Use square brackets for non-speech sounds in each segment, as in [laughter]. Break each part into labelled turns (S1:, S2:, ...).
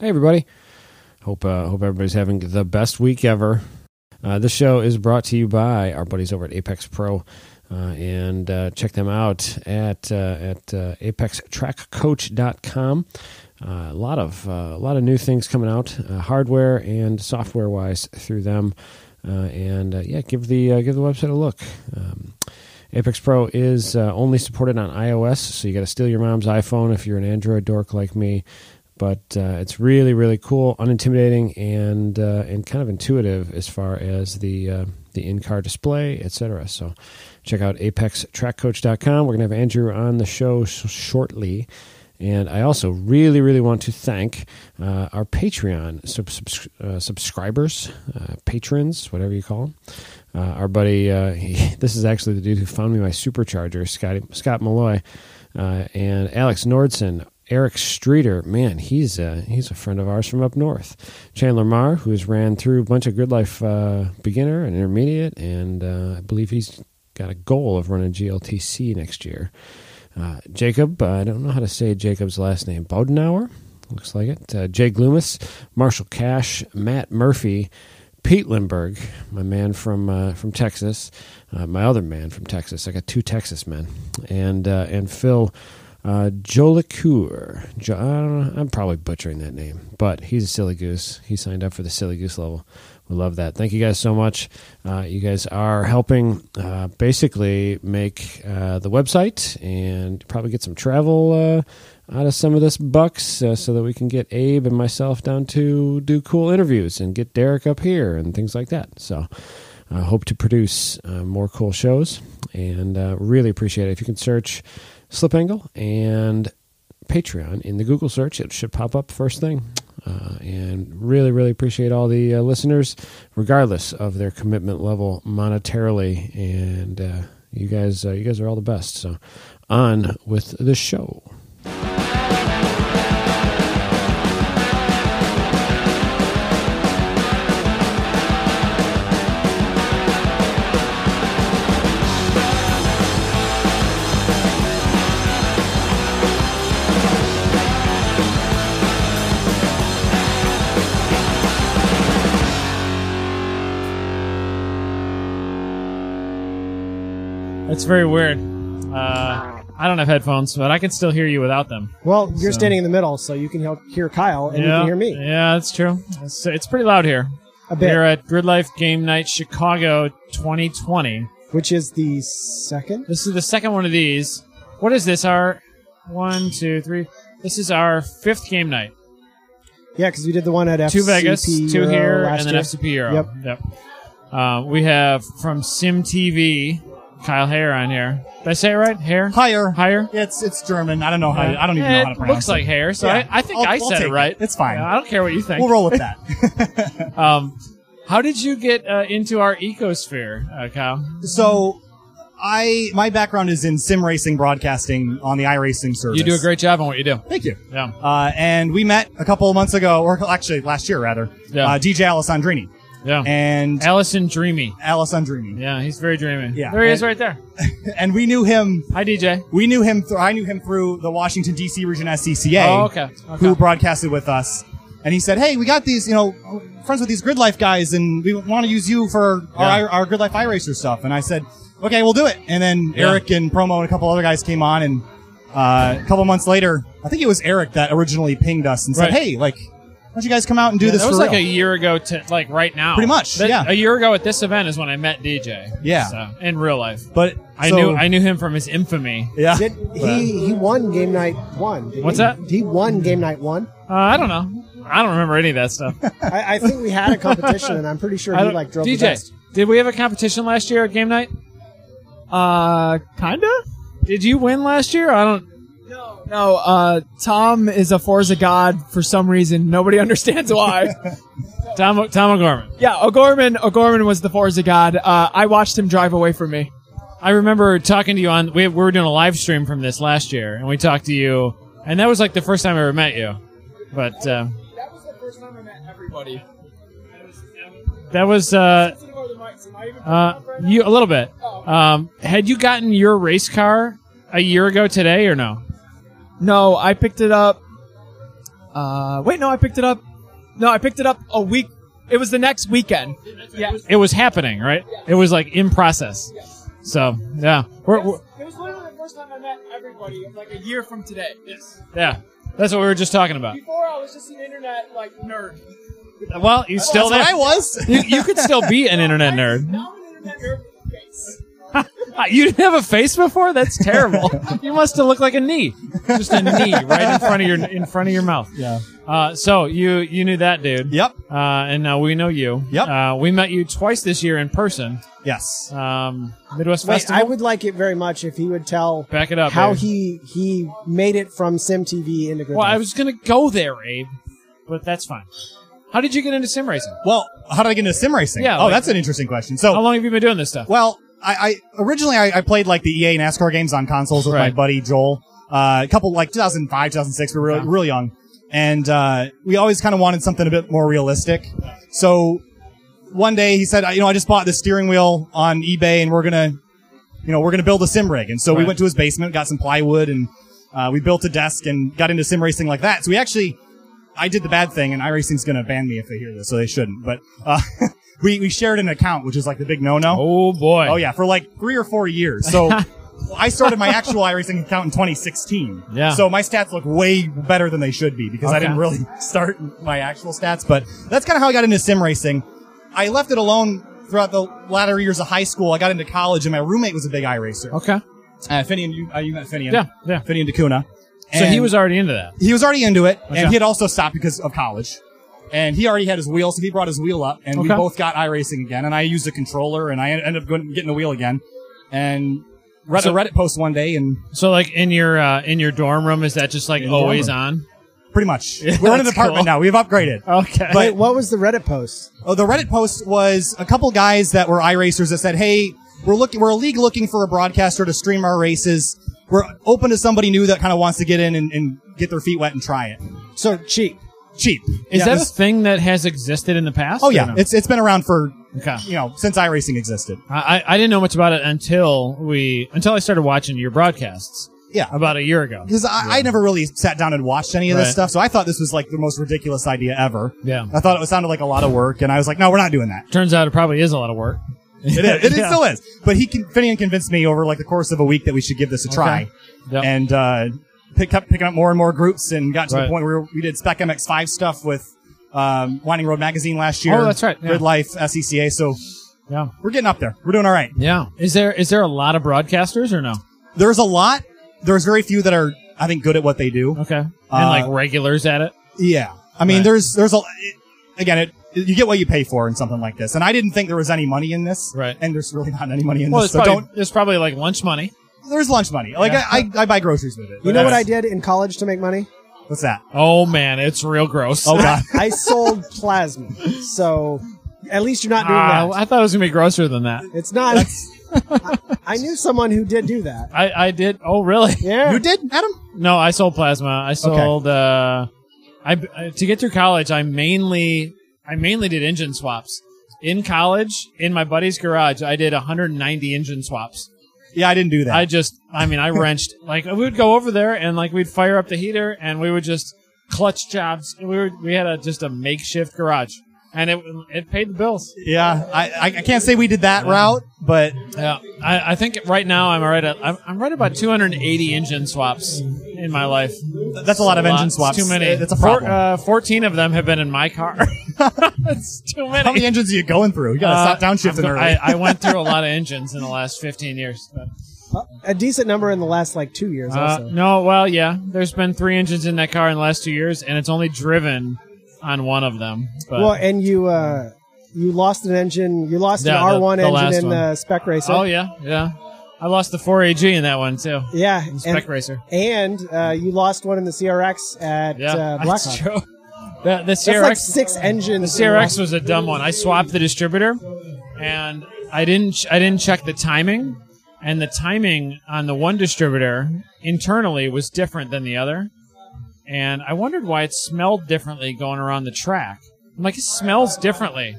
S1: Hey, everybody. Hope uh, hope everybody's having the best week ever. Uh, this show is brought to you by our buddies over at Apex Pro, uh, and uh, check them out at uh, at uh, apextrackcoach.com. Uh, a lot of uh, a lot of new things coming out, uh, hardware and software wise through them. Uh, and uh, yeah, give the uh, give the website a look. Um, Apex Pro is uh, only supported on iOS, so you got to steal your mom's iPhone if you're an Android dork like me. But uh, it's really, really cool, unintimidating, and uh, and kind of intuitive as far as the uh, the in car display, etc. So check out apextrackcoach.com. We're gonna have Andrew on the show s- shortly. And I also really, really want to thank uh, our Patreon sub- subs- uh, subscribers, uh, patrons, whatever you call them. Uh, our buddy, uh, he, [laughs] this is actually the dude who found me my supercharger, Scotty, Scott Malloy, uh, and Alex Nordson, Eric Streeter. Man, he's a, he's a friend of ours from up north. Chandler Marr, who's ran through a bunch of Grid Life uh, beginner and intermediate, and uh, I believe he's got a goal of running GLTC next year. Uh, Jacob, uh, I don't know how to say Jacob's last name. Bodenauer? Looks like it. Uh, Jay Gloomis, Marshall Cash, Matt Murphy, Pete Lindberg, my man from uh, from Texas, uh, my other man from Texas. I got two Texas men, and uh, and Phil uh, Jolicoeur. Jo- I don't know, I'm probably butchering that name, but he's a silly goose. He signed up for the silly goose level. We love that. Thank you guys so much. Uh, you guys are helping uh, basically make uh, the website and probably get some travel uh, out of some of this bucks uh, so that we can get Abe and myself down to do cool interviews and get Derek up here and things like that. So I hope to produce uh, more cool shows and uh, really appreciate it. If you can search Slip Angle and Patreon in the Google search. It should pop up first thing. Uh, and really, really appreciate all the uh, listeners, regardless of their commitment level monetarily. And uh, you guys, uh, you guys are all the best. So, on with the show.
S2: That's very weird. Uh, I don't have headphones, but I can still hear you without them.
S3: Well, you're
S2: So-
S3: standing in the middle, so you can help hear Kyle and you can hear me
S2: Yeah, that's true. It's, it's pretty loud here.
S3: a bit,
S2: We're at Grid Life Game Night Chicago 2020.
S3: which is the second.
S2: This is the second one of these. What is this? Our one, two, three. This is our fifth game night.
S3: Yeah, because we did the one at FCP
S2: two Vegas, two
S3: Euro
S2: here,
S3: last
S2: and then
S3: year.
S2: FCP Euro.
S3: Yep.
S2: Yep. Uh, we have from Sim TV, Kyle Hare on here. Did I say it right? Hare?
S4: Higher.
S2: Higher?
S4: It's it's German. I don't know how. to- I don't even
S2: Eh,
S4: know how to
S2: it
S4: pronounce
S2: Looks like hair, so
S4: Yeah.
S2: I, I think
S4: I'll-
S2: i
S4: I'll
S2: said
S4: take
S2: it
S4: it.
S2: right.
S4: It's fine.
S2: I don't care what you think.
S4: We'll roll with that. [laughs]
S2: Um, how did you get uh, into our ecosphere, uh, Kyle?
S4: so, I my background is in sim racing broadcasting on the iRacing service.
S2: You do a great job on what you do.
S4: Thank you.
S2: Yeah.
S4: Uh, and we met a couple of months ago, or actually last year rather.
S2: Yeah.
S4: Uh, DJ Alessandrini
S2: Yeah.
S4: and
S2: Allison Dreamy.
S4: Alessandrini,
S2: Yeah, he's very dreamy.
S4: Yeah.
S2: There he is
S4: And-
S2: right there.
S4: and we knew him.
S2: Hi, DJ.
S4: We knew him. Th- I knew him through the Washington D.C. region SCCA.
S2: Oh, okay. okay.
S4: who broadcasted with us. And he said, "Hey, we got these, you know, friends with these Grid Life guys, and we want to use you for our,
S2: Yeah.
S4: our Grid Life iRacer stuff." And I said, "Okay, we'll do it." And then
S2: Yeah.
S4: Eric and Promo and a couple other guys came on, and uh, a couple months later, I think it was Eric that originally pinged us and said,
S2: Right.
S4: "Hey, like, why don't you guys come out and do
S2: Yeah,
S4: this
S2: that
S4: for
S2: was
S4: real?"
S2: like a year ago to like right now.
S4: Pretty much,
S2: That-
S4: yeah.
S2: A year ago at this event is when I met DJ.
S4: Yeah.
S2: So, in real life.
S4: but
S2: I
S4: so-
S2: knew I knew him from his infamy.
S4: yeah.
S3: Did, he he won game night one. didn't
S2: What's
S3: he?
S2: that?
S3: He won game night one.
S2: Uh, I don't know. I don't remember any of that stuff.
S3: I, I think we had a competition, and I'm pretty sure
S2: I
S3: he
S2: don't-
S3: like drove
S2: DJ,
S3: the best.
S2: did we have a competition last year at game night?
S5: Uh, kinda.
S2: Did you win last year? I don't.
S5: No, no. Uh, Tom is a Forza god for some reason. Nobody [laughs] understands why.
S2: Tom Tom O'Gorman.
S5: yeah, O'Gorman. O'Gorman was the Forza god. Uh, I watched him drive away from me.
S2: I remember talking to you on we, we were doing a live stream from this last year, and we talked to you, and that was like the first time I ever met you. But uh,
S5: That was the first time I met everybody.
S2: that was uh, uh, you a little bit.
S5: Oh.
S2: Um, had you gotten your race car a year ago today or no?
S5: No, I picked it up Uh, wait, no, I picked it up. No, I picked it up a week. It was the next weekend. Yeah.
S2: It was happening, right? It was like in process. So yeah, we're, we're-
S5: It was literally the first time I met everybody like a year from today. Yes.
S2: yeah. That's what we were just talking about.
S5: Before I was just an internet like nerd.
S2: Well, you still
S4: That's
S2: there.
S4: what I
S2: [laughs]
S4: was.
S2: You,
S4: [laughs]
S2: you could still be an internet nerd.
S5: Now I'm an internet nerd with a face.
S2: Ah, You didn't have a face before. That's
S4: [laughs]
S2: terrible. you must have looked like a knee, just a knee right in front of your in front of your mouth.
S4: Yeah.
S2: Uh, so you you knew that dude.
S4: Yep.
S2: Uh, and now we know you.
S4: Yep.
S2: Uh, we met you twice this year in person.
S4: Yes.
S2: Um, Midwest
S3: Wait,
S2: Festival.
S3: I would like it very much if he would tell
S2: Back it up.
S3: how
S2: Abe.
S3: he he made it from Sim TV into Good
S2: Well, I
S3: Life.
S2: was gonna go there, Abe, but that's fine. How did you get into sim racing?
S4: Well, how did I get into sim racing?
S2: Yeah,
S4: Oh,
S2: like-
S4: that's an interesting question. So,
S2: How long have you been doing this stuff?
S4: Well, I, I originally I, I played like the E EA NASCAR games on consoles with my
S2: Right.
S4: buddy Joel. Uh, a couple like 2005, 2006. We were really,
S2: Yeah.
S4: really young, and uh, we always kind of wanted something a bit more realistic. So one day he said, "I- "You know, I just bought this steering wheel on eBay, and we're gonna, you know, we're gonna build a sim rig." And so we
S2: Right.
S4: went to his basement, got some plywood, and uh, we built a desk and got into sim racing like that. So we actually I did the bad thing, and iRacing's going to ban me if they hear this, so they shouldn't. But uh, [laughs] we we shared an account, which is like the big no-no.
S2: oh boy.
S4: Oh yeah, for like three or four years.
S2: [laughs]
S4: So I started my actual iRacing account in 2016.
S2: Yeah.
S4: So my stats look way better than they should be because I
S2: Okay.
S4: didn't really [laughs] start my actual stats. But that's kind of how I got into sim racing. I left it alone throughout the latter years of high school. I got into college, and my roommate was a big iRacer.
S2: Okay.
S4: Uh, Finian, you, uh, you met Finian.
S2: Yeah. Yeah.
S4: Finian DeCuna.
S2: So he
S4: And-
S2: was already into that.
S4: he was already into it,
S2: Okay.
S4: and he had also stopped because of college. And he already had his wheel, so he brought his wheel up, and we
S2: Okay.
S4: both got iRacing again. And I used a controller, and I en- ended up going, getting the wheel again. And read
S2: So-
S4: a Reddit post one day, and
S2: So like in your uh, in your dorm room, is that just like
S4: In the dorm
S2: always
S4: room.
S2: on?
S4: pretty much
S2: [laughs]
S4: we're in an
S2: that's
S4: apartment
S2: cool.
S4: now.
S2: [laughs]
S4: We've upgraded.
S2: Okay.
S4: But-
S3: Wait, what was the Reddit post?
S4: Oh, the Reddit post was a couple guys that were iRacers that said, "Hey, we're looking, we're a league looking for a broadcaster to stream our races. We're open to somebody new that kind of wants to get in and, and get their feet wet and try it.
S3: So cheap.
S4: Cheap.
S2: is
S4: Yeah.
S2: that a thing that has existed in the past?
S4: Oh
S2: or
S4: yeah,
S2: no?
S4: it's it's been around for
S2: okay.
S4: you know since iRacing existed.
S2: I, I- I didn't know much about it until we until I started watching your broadcasts
S4: Yeah,
S2: about a year ago.
S4: because Um, I, I never really sat down and watched any of this
S2: Right.
S4: stuff, so I thought this was like the most ridiculous idea ever.
S2: Yeah.
S4: I thought it sounded like a lot of work, and I was like, "No, we're not
S2: [laughs]
S4: doing that."
S2: Turns out it probably is a lot of work.
S4: It is, it
S2: Yeah.
S4: still is. But he, con- Finian, convinced me over like the course of a week that we should give this a try,
S2: Yep.
S4: and uh, picked up picking up more and more groups, and got to
S2: Right.
S4: the point where we did Spec MX five stuff with um, Winding Road Magazine last year.
S2: Oh, that's right, yeah.
S4: Good Life SECA. So
S2: Yeah.
S4: we're getting up there. We're doing all right.
S2: Yeah. Is there is there a lot of broadcasters or no?
S4: There's a lot. There's very few that are, I think, good at what they do.
S2: Okay. And
S4: Uh,
S2: like regulars at it.
S4: Yeah, I mean,
S2: Right.
S4: there's there's a it, again, it, you get what you pay for in something like this, and I didn't think there was any money in this,
S2: Right.
S4: And there's really not any money in
S2: Well,
S4: this.
S2: it's
S4: So
S2: probably,
S4: don't.
S2: it's probably like lunch money.
S4: There's lunch money. Like
S2: Yeah.
S4: I, I, I buy groceries with it.
S3: You know what I
S4: That's-
S3: did in college to make money?
S4: What's that?
S2: Oh man, it's real gross.
S4: Oh god.
S3: I sold plasma. So at least you're not
S2: [laughs]
S3: doing
S2: Ah,
S3: that.
S2: I thought it was gonna be grosser than that.
S3: It's not. [laughs] I, I knew someone who did do that.
S2: I, I did. Oh really?
S3: Yeah.
S4: [laughs] you did, Adam?
S2: No, I sold plasma. I sold. Uh, I uh, to get through college, I mainly I mainly did engine swaps. In college, in my buddy's garage, I did 190 engine swaps.
S4: Yeah, I didn't do that.
S2: I just, I mean, I wrenched. Like we would go over there and like we'd fire up the heater and we would just clutch jobs. We were we had a just a makeshift garage and it it paid the bills.
S4: yeah, I, I, I can't say we did that route, but
S2: Yeah, I, I think right now I'm right at I'm, I'm right about 280 engine swaps in my life.
S4: that's a lot of engine
S2: Lots,
S4: swaps.
S2: Too many.
S4: That's a
S2: Four-
S4: problem.
S2: uh, Fourteen of them have been in my car. [laughs] That's too many.
S4: How many engines are you going through? You
S2: Uh,
S4: gotta stop downshifting
S2: I've go-
S4: early.
S2: I, I went through a lot of engines in the last fifteen years. but-
S3: A decent number in the last like two years.
S2: Uh,
S3: also.
S2: no, well, yeah. There's been three engines in that car in the last two years, and it's only driven on one of them. But
S3: Well, and you uh, you lost an engine. You lost
S2: Yeah,
S3: an
S2: the-
S3: R one
S2: the last
S3: engine in
S2: one.
S3: the spec racer.
S2: oh yeah, yeah. I lost the 4AG in that one too.
S3: yeah,
S2: In Spec
S3: and,
S2: Racer.
S3: and uh, you lost one in the CRX at
S2: Yeah, [laughs]
S3: uh,
S2: that's
S3: Blackhawk.
S2: true. The, the
S3: That's
S2: CRX
S3: like six engines.
S2: The CRX was a dumb one. I swapped the distributor, and I didn't ch- I didn't check the timing, and the timing on the one distributor internally was different than the other, and I wondered why it smelled differently going around the track. I'm like, it smells differently,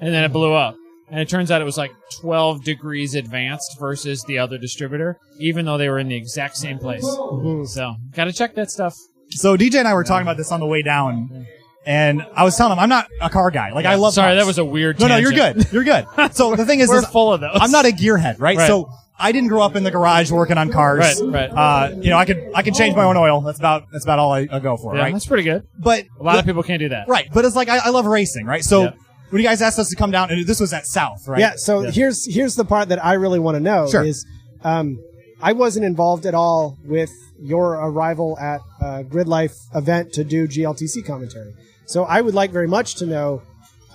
S2: and then it blew up. And it turns out it was like 12 degrees advanced versus
S4: Mm-hmm.
S2: the other distributor, even though they were in the exact same place. So, gotta check that stuff.
S4: [laughs] So DJ and I were talking about this on the way down, and I was telling him I'm not a car guy. Like I love.
S2: Sorry,
S4: cars.
S2: that was a weird.
S4: No, no, you're
S2: tangent.
S4: good. You're good. So the thing
S2: [laughs]
S4: is,
S2: We're
S4: is
S2: full of those.
S4: I'm not a gearhead, right?
S2: Right.
S4: So I didn't grow up in the garage working on cars.
S2: Right, right.
S4: Uh, you know, I could I could change my own oil. That's about that's about all I, I go for,
S2: Yeah,
S4: right?
S2: That's pretty good.
S4: But
S2: A lot of people can't do that.
S4: right? But it's like I, I love racing, right? So
S2: Yeah.
S4: when you guys asked us to come down, and this was at South, right?
S3: Yeah. So here's here's the part that I really want to know
S4: Sure.
S3: is, um, I wasn't involved at all with your arrival at uh, Grid Life event to do GLTC commentary. So I would like very much to know,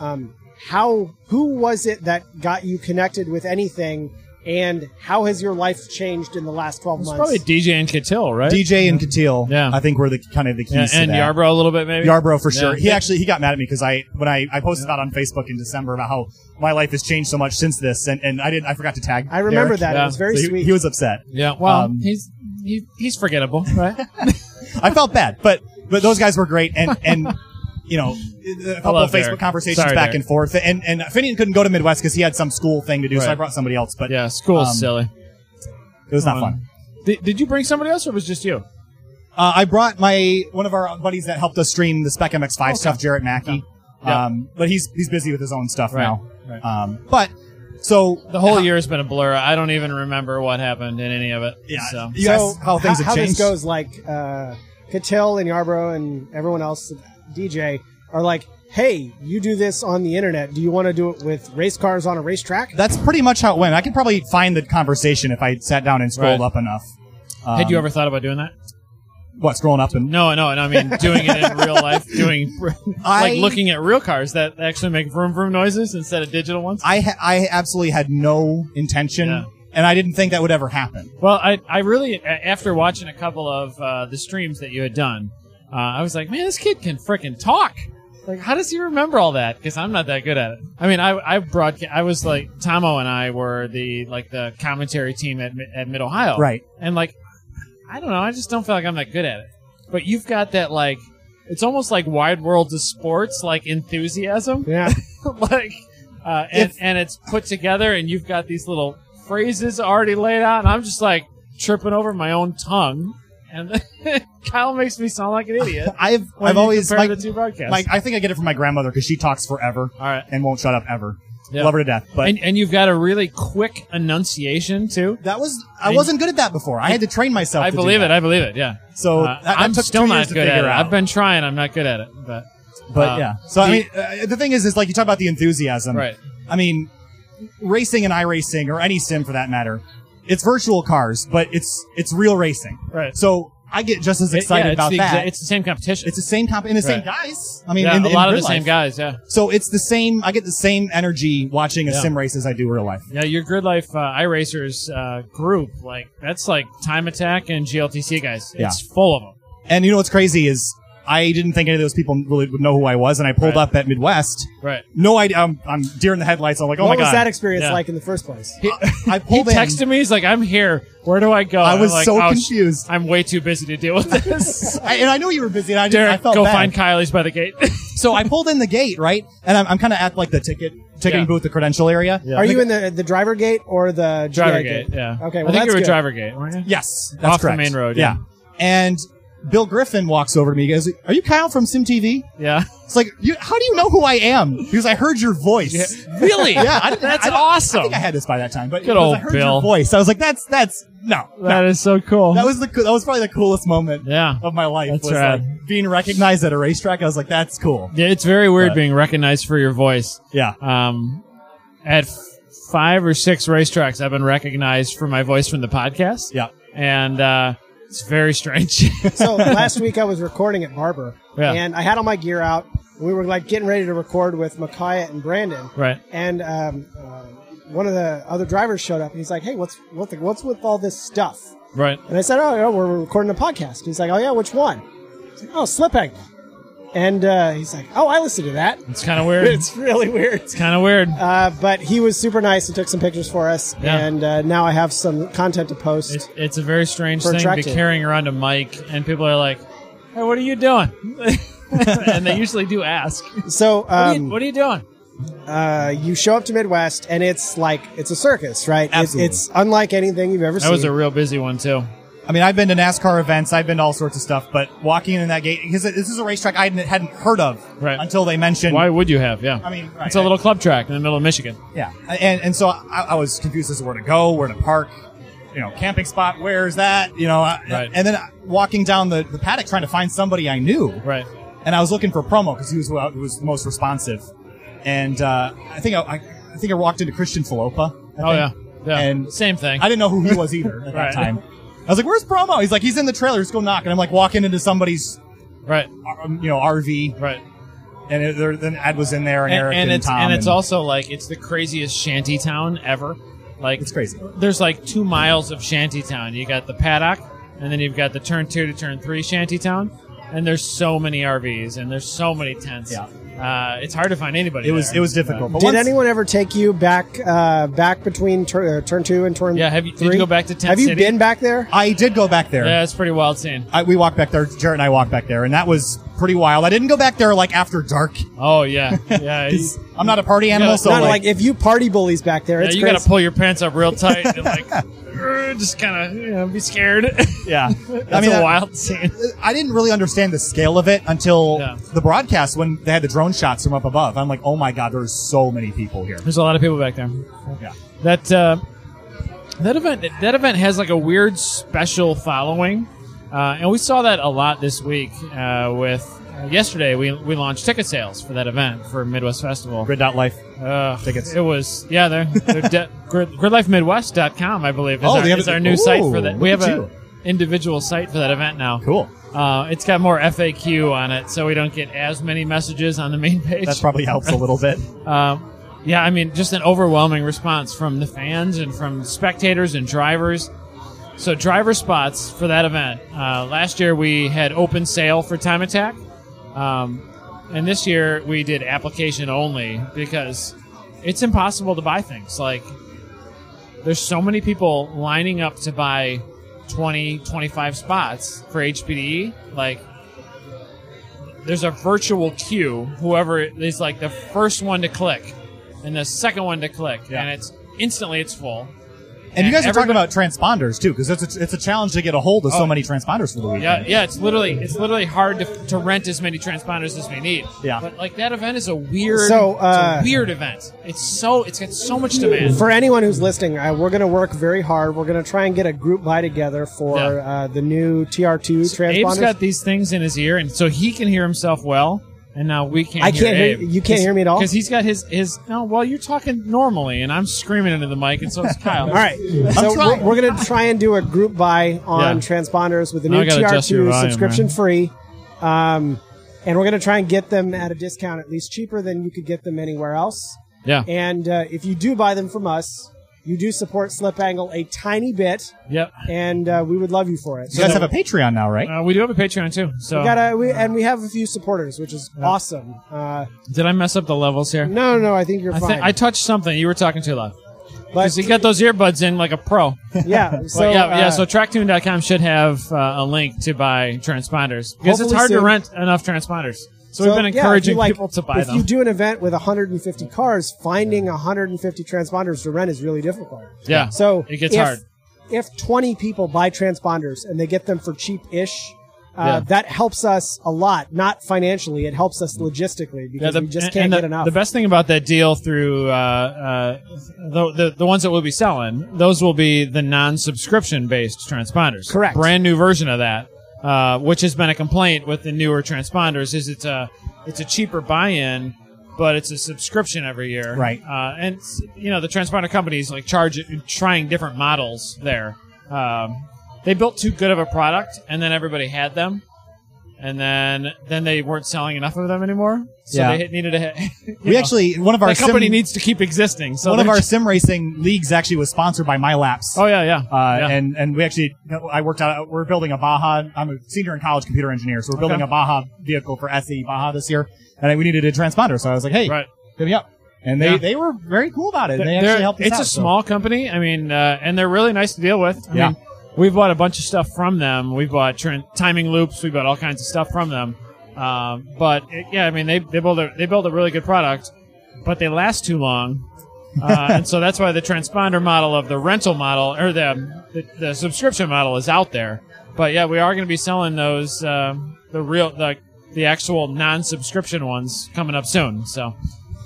S3: um, how who was it that got you connected with anything, and how has your life changed in the last twelve
S2: It's
S3: months?
S2: probably DJ and Catil, right?
S4: DJ and Katil,
S2: Yeah.
S4: I think were the kind of the keys
S2: yeah,
S4: to
S2: and
S4: that.
S2: Yarbrough a little bit, maybe.
S4: Yarbrough for sure.
S2: Yeah.
S4: He actually he got mad at me because I when I, I posted about on Facebook in December about how my life has changed so much since this, and, and I didn't I forgot to tag.
S3: I remember
S4: Derek.
S3: that.
S2: Yeah.
S3: It was very
S4: So he-
S3: sweet.
S4: he was upset.
S2: Yeah. Well,
S4: Um,
S2: he's he, he's forgettable, right?
S4: I felt bad, but but those guys were great, and and you know a couple
S2: Hello,
S4: of Facebook
S2: Derek.
S4: conversations
S2: Sorry,
S4: back
S2: Derek.
S4: and forth, and and Finian couldn't go to Midwest because he had some school thing to do, so
S2: Right.
S4: I brought somebody else, but
S2: yeah. School's
S4: Um,
S2: silly.
S4: it was not
S2: Um,
S4: fun.
S2: Did, did you bring somebody else, or was it just you?
S4: Uh, I brought my one of our buddies that helped us stream the Spec MX5 stuff, Jarrett Mackey,
S2: Yeah.
S4: um, but he's he's busy with his own stuff
S2: Right.
S4: now.
S2: Right.
S4: Um, but so
S2: The whole year has been a blur. I don't even remember what happened in any of it.
S4: yeah,
S2: So.
S4: you guys, how things have changed.
S3: this goes, like uh, Catil and Yarbrough and everyone else, DJ, are like, hey, you do this on the internet. Do you want to do it with race cars on a racetrack?
S4: That's pretty much how it went. I could probably find the conversation if I sat down and scrolled
S2: Right.
S4: up enough. Um,
S2: Had you ever thought about doing that?
S4: what scrolling up and
S2: No, no, no. I mean, doing it in real life, doing [laughs]
S4: I-
S2: like looking at real cars that actually make vroom vroom noises instead of digital ones.
S4: I ha- I absolutely had no intention,
S2: Yeah.
S4: and I didn't think that would ever happen.
S2: Well, I, I really, a- after watching a couple of uh, the streams that you had done, uh, I was like, man, this kid can freaking talk. Like, how does he remember all that? Because I'm not that good at it. I mean, I, I broadcast, I was like, Tomo and I were the, like, the commentary team at, Mi- at Mid Ohio.
S4: Right.
S2: And, like, I don't know, I just don't feel like I'm that good at it. But you've got that, like, it's almost like wide world of sports, like, enthusiasm.
S3: Yeah.
S2: [laughs] like uh, and,
S4: If-
S2: and it's put together and you've got these little phrases already laid out and i'm just like tripping over my own tongue and [laughs] kyle makes me sound like an
S4: [laughs]
S2: idiot
S4: I've
S2: when
S4: I've
S2: you
S4: always
S2: compare
S4: like,
S2: the two broadcasts
S4: like I think I get it from my grandmother because she talks forever
S2: all right
S4: and won't shut up ever.
S2: Yeah.
S4: Love her to death, but.
S2: and, and you've got a really quick enunciation too
S4: that was I
S2: and-
S4: wasn't good at that before. I had to train myself.
S2: i
S4: to
S2: believe
S4: do
S2: it i believe it yeah
S4: That. So
S2: Uh,
S4: that, that
S2: i'm
S4: took
S2: still
S4: two
S2: not
S4: years to
S2: good at it
S4: figure out.
S2: i've been trying i'm not good at it but
S4: but
S2: uh,
S4: yeah. So I
S2: the-
S4: mean, uh, the thing is, is like you talk about the enthusiasm.
S2: right
S4: I mean, racing and iRacing or any sim for that matter, it's virtual cars, but it's it's real racing.
S2: right
S4: So I get just as
S2: It- yeah,
S4: excited
S2: it's
S4: about
S2: the
S4: that.
S2: exa- it's the same competition
S4: it's the same comp and the same
S2: Right.
S4: guys. I mean,
S2: yeah,
S4: in,
S2: a
S4: in
S2: lot of
S4: real
S2: the same
S4: life.
S2: guys yeah
S4: So it's the same. I get the same energy watching a
S2: Yeah.
S4: sim race as I do real life.
S2: Yeah, your Grid Life uh, iRacers uh, group, like that's like Time Attack and GLTC guys.
S4: Yeah.
S2: It's full of them.
S4: And you know what's crazy is I didn't think any of those people really would know who I was, and I pulled
S2: Right.
S4: up at Midwest.
S2: Right.
S4: No idea. I'm, I'm deer in the headlights. I'm like, oh
S3: what
S4: my
S3: was
S4: god.
S3: that experience
S2: Yeah.
S3: like in the first place?
S4: [laughs]
S2: [laughs]
S4: I
S2: He
S4: pulled in.
S2: texted me. He's like, "I'm here. Where do I go?"
S4: Uh, I
S2: I'm
S4: was
S2: like,
S4: so
S2: "Oh, sh-
S4: confused.
S2: [laughs] I'm way too busy to deal
S4: [laughs]
S2: with this.
S4: I, and I know you were busy. And I, didn't, I
S2: Derek,
S4: felt
S2: go
S4: bad.
S2: find Kylie's by the
S4: [laughs]
S2: gate.
S4: So I pulled in the gate, right? And I'm, I'm kind of at like the ticket ticketing
S2: Yeah.
S4: booth, the credential area.
S3: Are you in the the driver gate or the
S2: [laughs]
S3: GI
S2: driver gate. Yeah.
S3: Okay.
S2: I think
S3: Well, that's
S2: you were
S3: good.
S2: driver gate, weren't you?
S4: Yes, that's
S2: Off the
S4: correct.
S2: main road, yeah.
S4: And Bill Griffin walks over to me. He goes, "Are you Kyle from SimTV?"
S2: Yeah.
S4: It's like, you, "How do you know who I am?" Because I heard your [laughs] voice.
S2: really?
S4: Yeah, I didn't-
S2: that's
S4: I don't- I
S2: awesome.
S4: think I had this by that time, but
S2: Good
S4: because
S2: old
S4: I heard
S2: Bill.
S4: your voice. I was like, "That's that's no,
S2: That
S4: no."
S2: is so cool.
S4: That was the coo- that was probably the coolest moment
S2: yeah.
S4: of my life.
S2: That's
S4: was
S2: rad.
S4: like being recognized at a racetrack. I was like, "That's cool."
S2: Yeah, it's very weird
S4: But-
S2: being recognized for your voice.
S4: Yeah,
S2: um, at f- five or six racetracks, I've been recognized for my voice from the podcast.
S4: Yeah.
S2: And uh, it's very strange. [laughs]
S4: [laughs]
S3: so last week I was recording at Barber,
S2: Yeah.
S3: and I had all my gear out. We were like getting ready to record with Micaiah and Brandon,
S2: right.
S3: and um, uh, one of the other drivers showed up. and He's like, "Hey, what's what the, what's with all this stuff?"
S2: Right.
S3: And I said, "Oh, yeah, we're recording a podcast." He's like, "Oh yeah, which one?" I was like, "Oh, Slip Angle." And uh, he's like, "Oh, I listened to that.
S2: It's kind of weird. [laughs] it's
S3: It's really weird."
S2: kind of weird.
S3: Uh, but he was super nice and took some pictures for us,
S2: Yeah.
S3: and uh, now I have some content to post.
S2: It's, it's a very strange thing to be
S3: Protracted.
S2: carrying around a mic, and people are like, "Hey, what are you doing?" [laughs] and they usually do ask,
S3: [laughs] so
S2: what, are
S3: um,
S2: you, what are you doing?"
S3: uh, you show up to Midwest, and it's like it's a circus, right? It-
S4: Absolutely.
S3: it's unlike anything you've ever
S2: That was
S3: seen.
S2: a real busy one too.
S4: I mean, I've been to NASCAR events, I've been to all sorts of stuff, but walking in that gate because it- this is a racetrack I hadn't- hadn't heard of
S2: Right.
S4: until they mentioned.
S2: Why would you have? Yeah.
S4: I mean, right,
S2: it's a
S4: I-
S2: little club track in the middle of Michigan.
S4: Yeah, and and so I, I was confused as to where to go, where to park, you know, camping spot. Where is that? You know, I-
S2: Right.
S4: and then walking down the, the paddock trying to find somebody I knew,
S2: Right.
S4: and I was looking for promo because he was who I- who was the most responsive, and uh, I think I, I, I think I walked into Christian Falopa. I
S2: Oh yeah.
S4: think.
S2: Yeah.
S4: And-
S2: Same thing.
S4: I didn't know who he was either at
S2: Right.
S4: that time. I was like, "Where's promo?" He's like, "He's in the trailer. Just go knock." And I'm like walking into somebody's,
S2: right.
S4: um, you know, RV,
S2: Right.
S4: and it, there, then Ed was in there, and, Eric and,
S2: it's
S4: Tom,
S2: and it's also like it's the craziest shanty town ever. Like
S4: it's crazy.
S2: there's like two miles of shanty town. You got the paddock, and then you've got the turn two to turn three shanty town. And there's so many RVs, and there's so many tents.
S4: Yeah.
S2: Uh, it's hard to find anybody.
S4: It was
S2: there.
S4: it was difficult. But
S3: Did
S4: once-
S3: anyone ever take you back uh, back between tur- uh, turn two and turn?
S2: Yeah, have you- did you
S3: three?
S2: go back to Tent
S3: Have you
S2: City?
S3: been back there?
S4: I did go back there.
S2: Yeah, it's a pretty wild scene.
S4: I, we walked back there. Jarrett and I walked back there, and that was pretty wild. I didn't go back there like after dark.
S2: Oh
S4: [laughs]
S2: yeah, yeah.
S4: 'cause I'm not a party animal,
S2: Yeah,
S4: so
S3: Not
S4: like,
S3: like, if you party bullies back there,
S2: Yeah,
S3: it's
S2: you
S3: crazy.
S2: gotta pull your pants up real tight and
S4: [laughs]
S2: like [laughs] "Urgh," just kind of you know, be scared. [laughs]
S4: yeah.
S2: That's a
S4: that-
S2: wild scene.
S4: I didn't really understand the scale of it until
S2: Yeah.
S4: the broadcast when they had the drone shots from up above. I'm like, oh my god, there's so many people here.
S2: There's a lot of people back there.
S4: Yeah.
S2: That uh, that event that event has like a weird special following, uh, and we saw that a lot this week. Uh, with uh, yesterday, we we launched ticket sales for that event for Midwest Festival.
S4: Grid.life.
S2: Uh,
S4: Tickets.
S2: It was yeah. They're, they're de- grid, gridlifemidwest.com, I believe. Is
S4: Oh,
S2: our,
S4: they have
S2: is
S4: a-
S2: our new site
S4: Ooh,
S2: for that. We
S4: look
S2: have
S4: at
S2: a
S4: you.
S2: individual site for that event now.
S4: Cool.
S2: Uh, it's got more FAQ on it, so we don't get as many messages on the main page.
S4: That probably helps a
S2: [laughs]
S4: little bit.
S2: Um, yeah, I mean, just an overwhelming response from the fans and from spectators and drivers. So, driver spots for that event. Uh, last year we had open sale for Time Attack, um, and this year we did application only because it's impossible to buy things. Like, there's so many people lining up to buy 20, 25 spots for HPDE. E. Like, there's a virtual queue. Whoever is like the first one to click, and the second one to click,
S4: Yeah.
S2: and it's instantly it's full.
S4: And you guys are talking
S2: everybody-
S4: about transponders too, because it's a, it's a challenge to get a hold of so
S2: Oh.
S4: many transponders for the weekend.
S2: Yeah, yeah. It's literally it's literally hard to, to rent as many transponders as we need.
S4: Yeah.
S2: But like that event is a weird,
S3: So,
S2: it's
S3: uh,
S2: a weird event. It's so it's got so much demand.
S3: For anyone who's listening, uh, we're going to work very hard. We're going to try and get a group buy together for
S2: Yeah.
S3: uh, the new TR2
S2: Abe's
S3: transponders.
S2: got these things in his ear, and so he can hear himself well. And now we can't.
S3: I
S2: hear
S3: can't hear
S2: Abe.
S3: you- you can't hear me at all?
S2: because he's got his his. No, well, you're talking normally, and I'm screaming into the mic, and so is Kyle.
S3: [laughs] All right, so we're, we're going to try and do a group buy on
S2: Yeah.
S3: transponders with the
S2: Now
S3: new
S2: I gotta adjust your
S3: TR2
S2: volume,
S3: subscription
S2: man.
S3: free, um, and we're going to try and get them at a discount, at least cheaper than you could get them anywhere else.
S2: Yeah.
S3: And uh, if you do buy them from us, you do support Slip Angle a tiny bit,
S2: Yep.
S3: and uh, we would love you for it.
S4: You guys have a Patreon now, right?
S2: Uh, we do have a Patreon too. So
S3: We got a, we, and we have a few supporters, which is awesome. Uh,
S2: did I mess up the levels here?
S3: no, no, I think you're
S2: I,
S3: fine.
S2: think I touched something. You were talking too loud.
S3: but
S2: Because he got those earbuds in like a pro. [laughs]
S3: yeah, so
S2: But yeah, yeah.
S3: uh,
S2: So tracktune.com should have uh, a link to buy transponders because it's
S3: Hopefully
S2: hard to
S3: soon.
S2: rent enough transponders. So,
S3: so,
S2: we've been
S3: yeah, if you
S2: encouraging
S3: like-
S2: people to buy
S3: If you
S2: them.
S3: do an event with 150 cars, finding 150 transponders to rent is really difficult.
S2: yeah.
S3: So
S2: it gets
S3: if,
S2: hard.
S3: If 20 people buy transponders and they get them for cheap-ish. Uh,
S2: Yeah.
S3: That helps us a lot, not financially. It helps us logistically because we just
S2: and-
S3: can't
S2: and the,
S3: get enough.
S2: The best thing about that deal through uh, uh, the, the the ones that we'll be selling, those will be the non-subscription based transponders.
S3: Correct.
S2: Brand new version of that, uh, which has been a complaint with the newer transponders, is it's a it's a cheaper buy-in, but it's a subscription every year.
S4: Right.
S2: Uh, and s- you know the transponder companies like charge trying different models there. Um, they built too good of a product, and then everybody had them and then then they weren't selling enough of them anymore. So
S4: Yeah.
S2: they needed a hit. [laughs]
S4: We actually one of our
S2: the company
S4: sim,
S2: needs to keep existing. So
S4: one of
S2: they're
S4: our
S2: just-
S4: sim racing leagues actually was sponsored by MyLaps.
S2: oh yeah yeah
S4: Uh,
S2: yeah.
S4: and and we actually I worked out we're building a Baja. I'm a senior in college computer engineer, so we're building
S2: Okay.
S4: a Baja vehicle for SE Baja this year, and we needed a transponder. So I was like, hey,
S2: right.
S4: hit me up, and they,
S2: Yeah.
S4: they were very cool about it. and They
S2: They're-
S4: actually helped us
S2: it's
S4: out,
S2: a
S4: so-
S2: small company. I mean, uh, and they're really nice to deal with. I
S4: Yeah.
S2: mean, we've bought a bunch of stuff from them. We've bought tran timing loops. We bought all kinds of stuff from them. Um, but it- yeah, I mean, they they build a they build a really good product, but
S4: [laughs]
S2: they last too long. uh, and so that's why the transponder model of the rental model or the the, the subscription model is out there. But yeah, we are going to be selling those uh, the real the the actual non-subscription ones coming up soon. So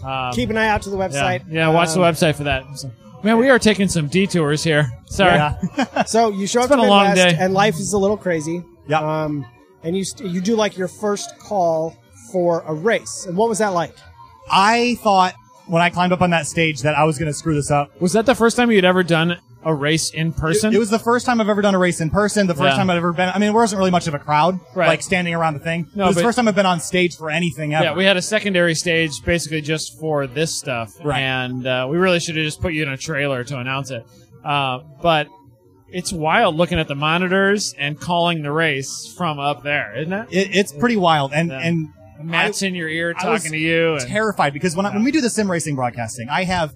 S2: um,
S3: Keep an eye out to the
S2: yeah,
S3: website.
S2: yeah, watch the
S3: Um,
S2: website for that. So- man, we are taking some detours here. Sorry.
S4: Yeah.
S3: So you show up
S2: been
S3: to
S2: a long
S3: Midwest,
S2: day.
S3: and life is a little crazy.
S4: [laughs] Yeah.
S3: Um, and you st- you do like your first call for a race, and what was that like?
S4: I thought when I climbed up on that stage that I was going to screw this up.
S2: Was that the first time you'd ever done a race in person?
S4: It was the first time I've ever done a race in person. The first
S2: Yeah.
S4: time I've ever been. I mean, there wasn't really much of a crowd,
S2: Right.
S4: like standing around the thing.
S2: No,
S4: it was
S2: but-
S4: the first time I've been on stage for anything ever.
S2: Yeah, we had a secondary stage basically just for this stuff,
S4: Right.
S2: and uh, we really should have just put you in a trailer to announce it. Uh, but it's wild looking at the monitors and calling the race from up there, isn't it?
S4: it, it's pretty wild, and
S2: Yeah.
S4: and
S2: Matt's in your ear
S4: I was
S2: talking to you. And,
S4: terrified because when I, when we do the sim racing broadcasting, I have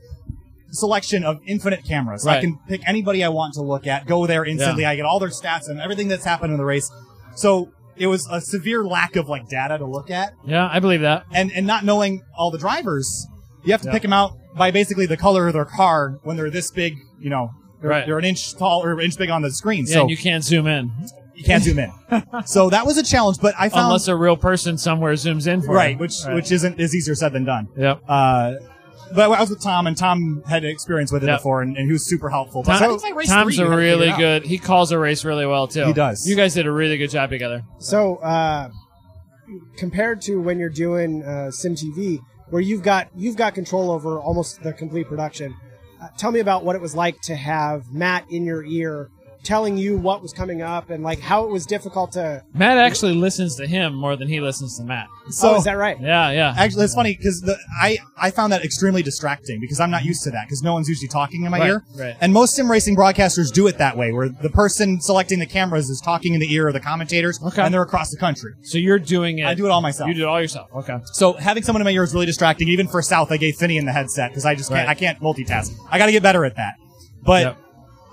S4: selection of infinite cameras.
S2: Right.
S4: I can pick anybody I want to look at, go there instantly. I get all their stats and everything that's happened in the race. So it was a severe lack of like data to look at,
S2: yeah, I believe that.
S4: and and not knowing all the drivers, you have to
S2: Yeah.
S4: pick them out by basically the color of their car when they're this big. You know, they're,
S2: Right.
S4: they're an inch tall or inch big on the screen,
S2: Yeah,
S4: so
S2: and you can't zoom in
S4: you can't
S2: [laughs]
S4: zoom in. so that was a challenge, but I found
S2: unless a real person somewhere zooms in for
S4: right,
S2: you.
S4: which which isn't is easier said than done.
S2: Yep.
S4: Uh, but I was with Tom, and Tom had experience with it
S2: Yep.
S4: before, and, and he was super helpful. But I
S2: Tom,
S4: think by race
S2: Tom's
S4: three, you
S2: a
S4: had it
S2: really
S4: figured out.
S2: good. He calls a race really well too.
S4: He does.
S2: You guys did a really good job together.
S3: So uh, compared to when you're doing uh, Sim TV, where you've got you've got control over almost the complete production, uh, tell me about what it was like to have Matt in your ear telling you what was coming up and like how it was difficult to.
S2: Matt actually listens to him more than he listens to Matt.
S4: So
S3: oh, is that right?
S2: Yeah, yeah.
S4: actually, it's funny because I I found that extremely distracting because I'm not used to that because no one's usually talking in my
S2: Right,
S4: ear.
S2: right.
S4: And most sim racing broadcasters do it that way, where the person selecting the cameras is talking in the ear of the commentators,
S2: Okay.
S4: and they're across the country.
S2: So you're doing it.
S4: I do it all myself.
S2: You do it all yourself. Okay.
S4: So having someone in my ear is really distracting. Even for South, I gave Finian the headset because I just can't,
S2: Right.
S4: I can't multitask. I got to get better at that. But
S2: Yep.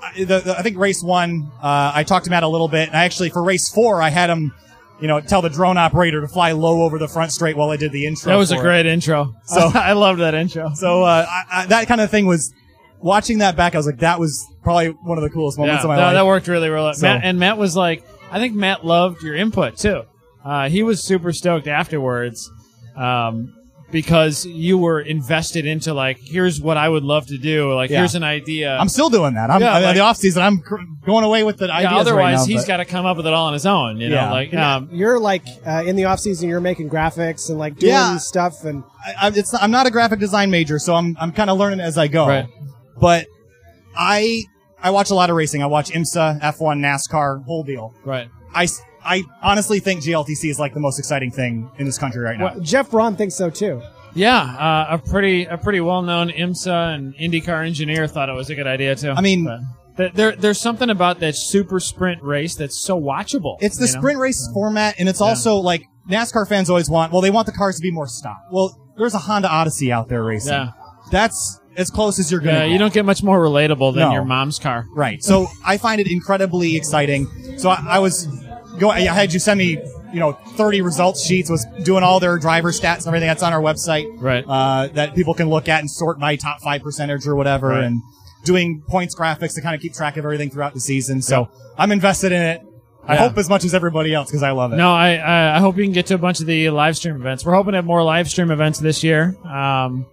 S4: I, the, the- I think race one, uh, I talked to Matt a little bit, and I actually for race four, I had him, you know, tell the drone operator to fly low over the front straight while I did the intro.
S2: That was a
S4: for it.
S2: great intro.
S4: So-
S2: [laughs] I love that intro.
S4: So uh, I, I, that kind of thing was watching that back. I was like, that was probably one of the coolest
S2: Yeah,
S4: [laughs] moments of my
S2: no,
S4: life.
S2: that worked really well.
S4: So-
S2: Matt, and Matt was like, I think Matt loved your input too. Uh, he was super stoked afterwards um, because you were invested into like, here's what I would love to do. Like,
S4: Yeah.
S2: here's an idea.
S4: I'm still doing that. I'm
S2: Yeah,
S4: I mean,
S2: like-
S4: the off season. I'm cr- going away with the ideas.
S2: yeah,
S4: right
S2: otherwise,
S4: now,
S2: he's
S4: but-
S2: got to come up with it all on his own. You
S4: Yeah.
S2: know, like um,
S3: You're like uh, in the off season. You're making graphics and like doing
S4: Yeah.
S3: stuff, and
S4: I, I, it's not, I'm not a graphic design major, so I'm I'm kind of learning as I go.
S2: Right.
S4: But I I watch a lot of racing. I watch IMSA, F1, NASCAR, whole deal.
S2: right.
S4: I s- I honestly think GLTC is like the most exciting thing in this country right now.
S3: well, Jeff Braun thinks so too.
S2: Yeah, uh, a pretty a pretty well known IMSA and IndyCar engineer thought it was a good idea too.
S4: I mean-
S2: But th- there there's something about that super sprint race that's so watchable.
S4: It's the
S2: you know?
S4: sprint race format, and it's also like NASCAR fans always want. Well, they want the cars to be more stock. Well, there's a Honda Odyssey out there racing.
S2: Yeah,
S4: That's as close as you're gonna.
S2: yeah.
S4: get.
S2: You don't get much more relatable than
S4: No.
S2: your mom's car.
S4: Right. So I find it incredibly exciting. So I, I was going. I had you send me, you know, 30 results sheets. Was doing all their driver stats and everything that's on our website.
S2: Right.
S4: Uh, that people can look at and sort by top five percentage or whatever,
S2: Right.
S4: and doing points graphics to kind of keep track of everything throughout the season. So I'm invested in it. I
S2: Yeah.
S4: hope as much as everybody else because I love it.
S2: No, I, I I hope you can get to a bunch of the live stream events. We're hoping to have more live stream events this year. Um,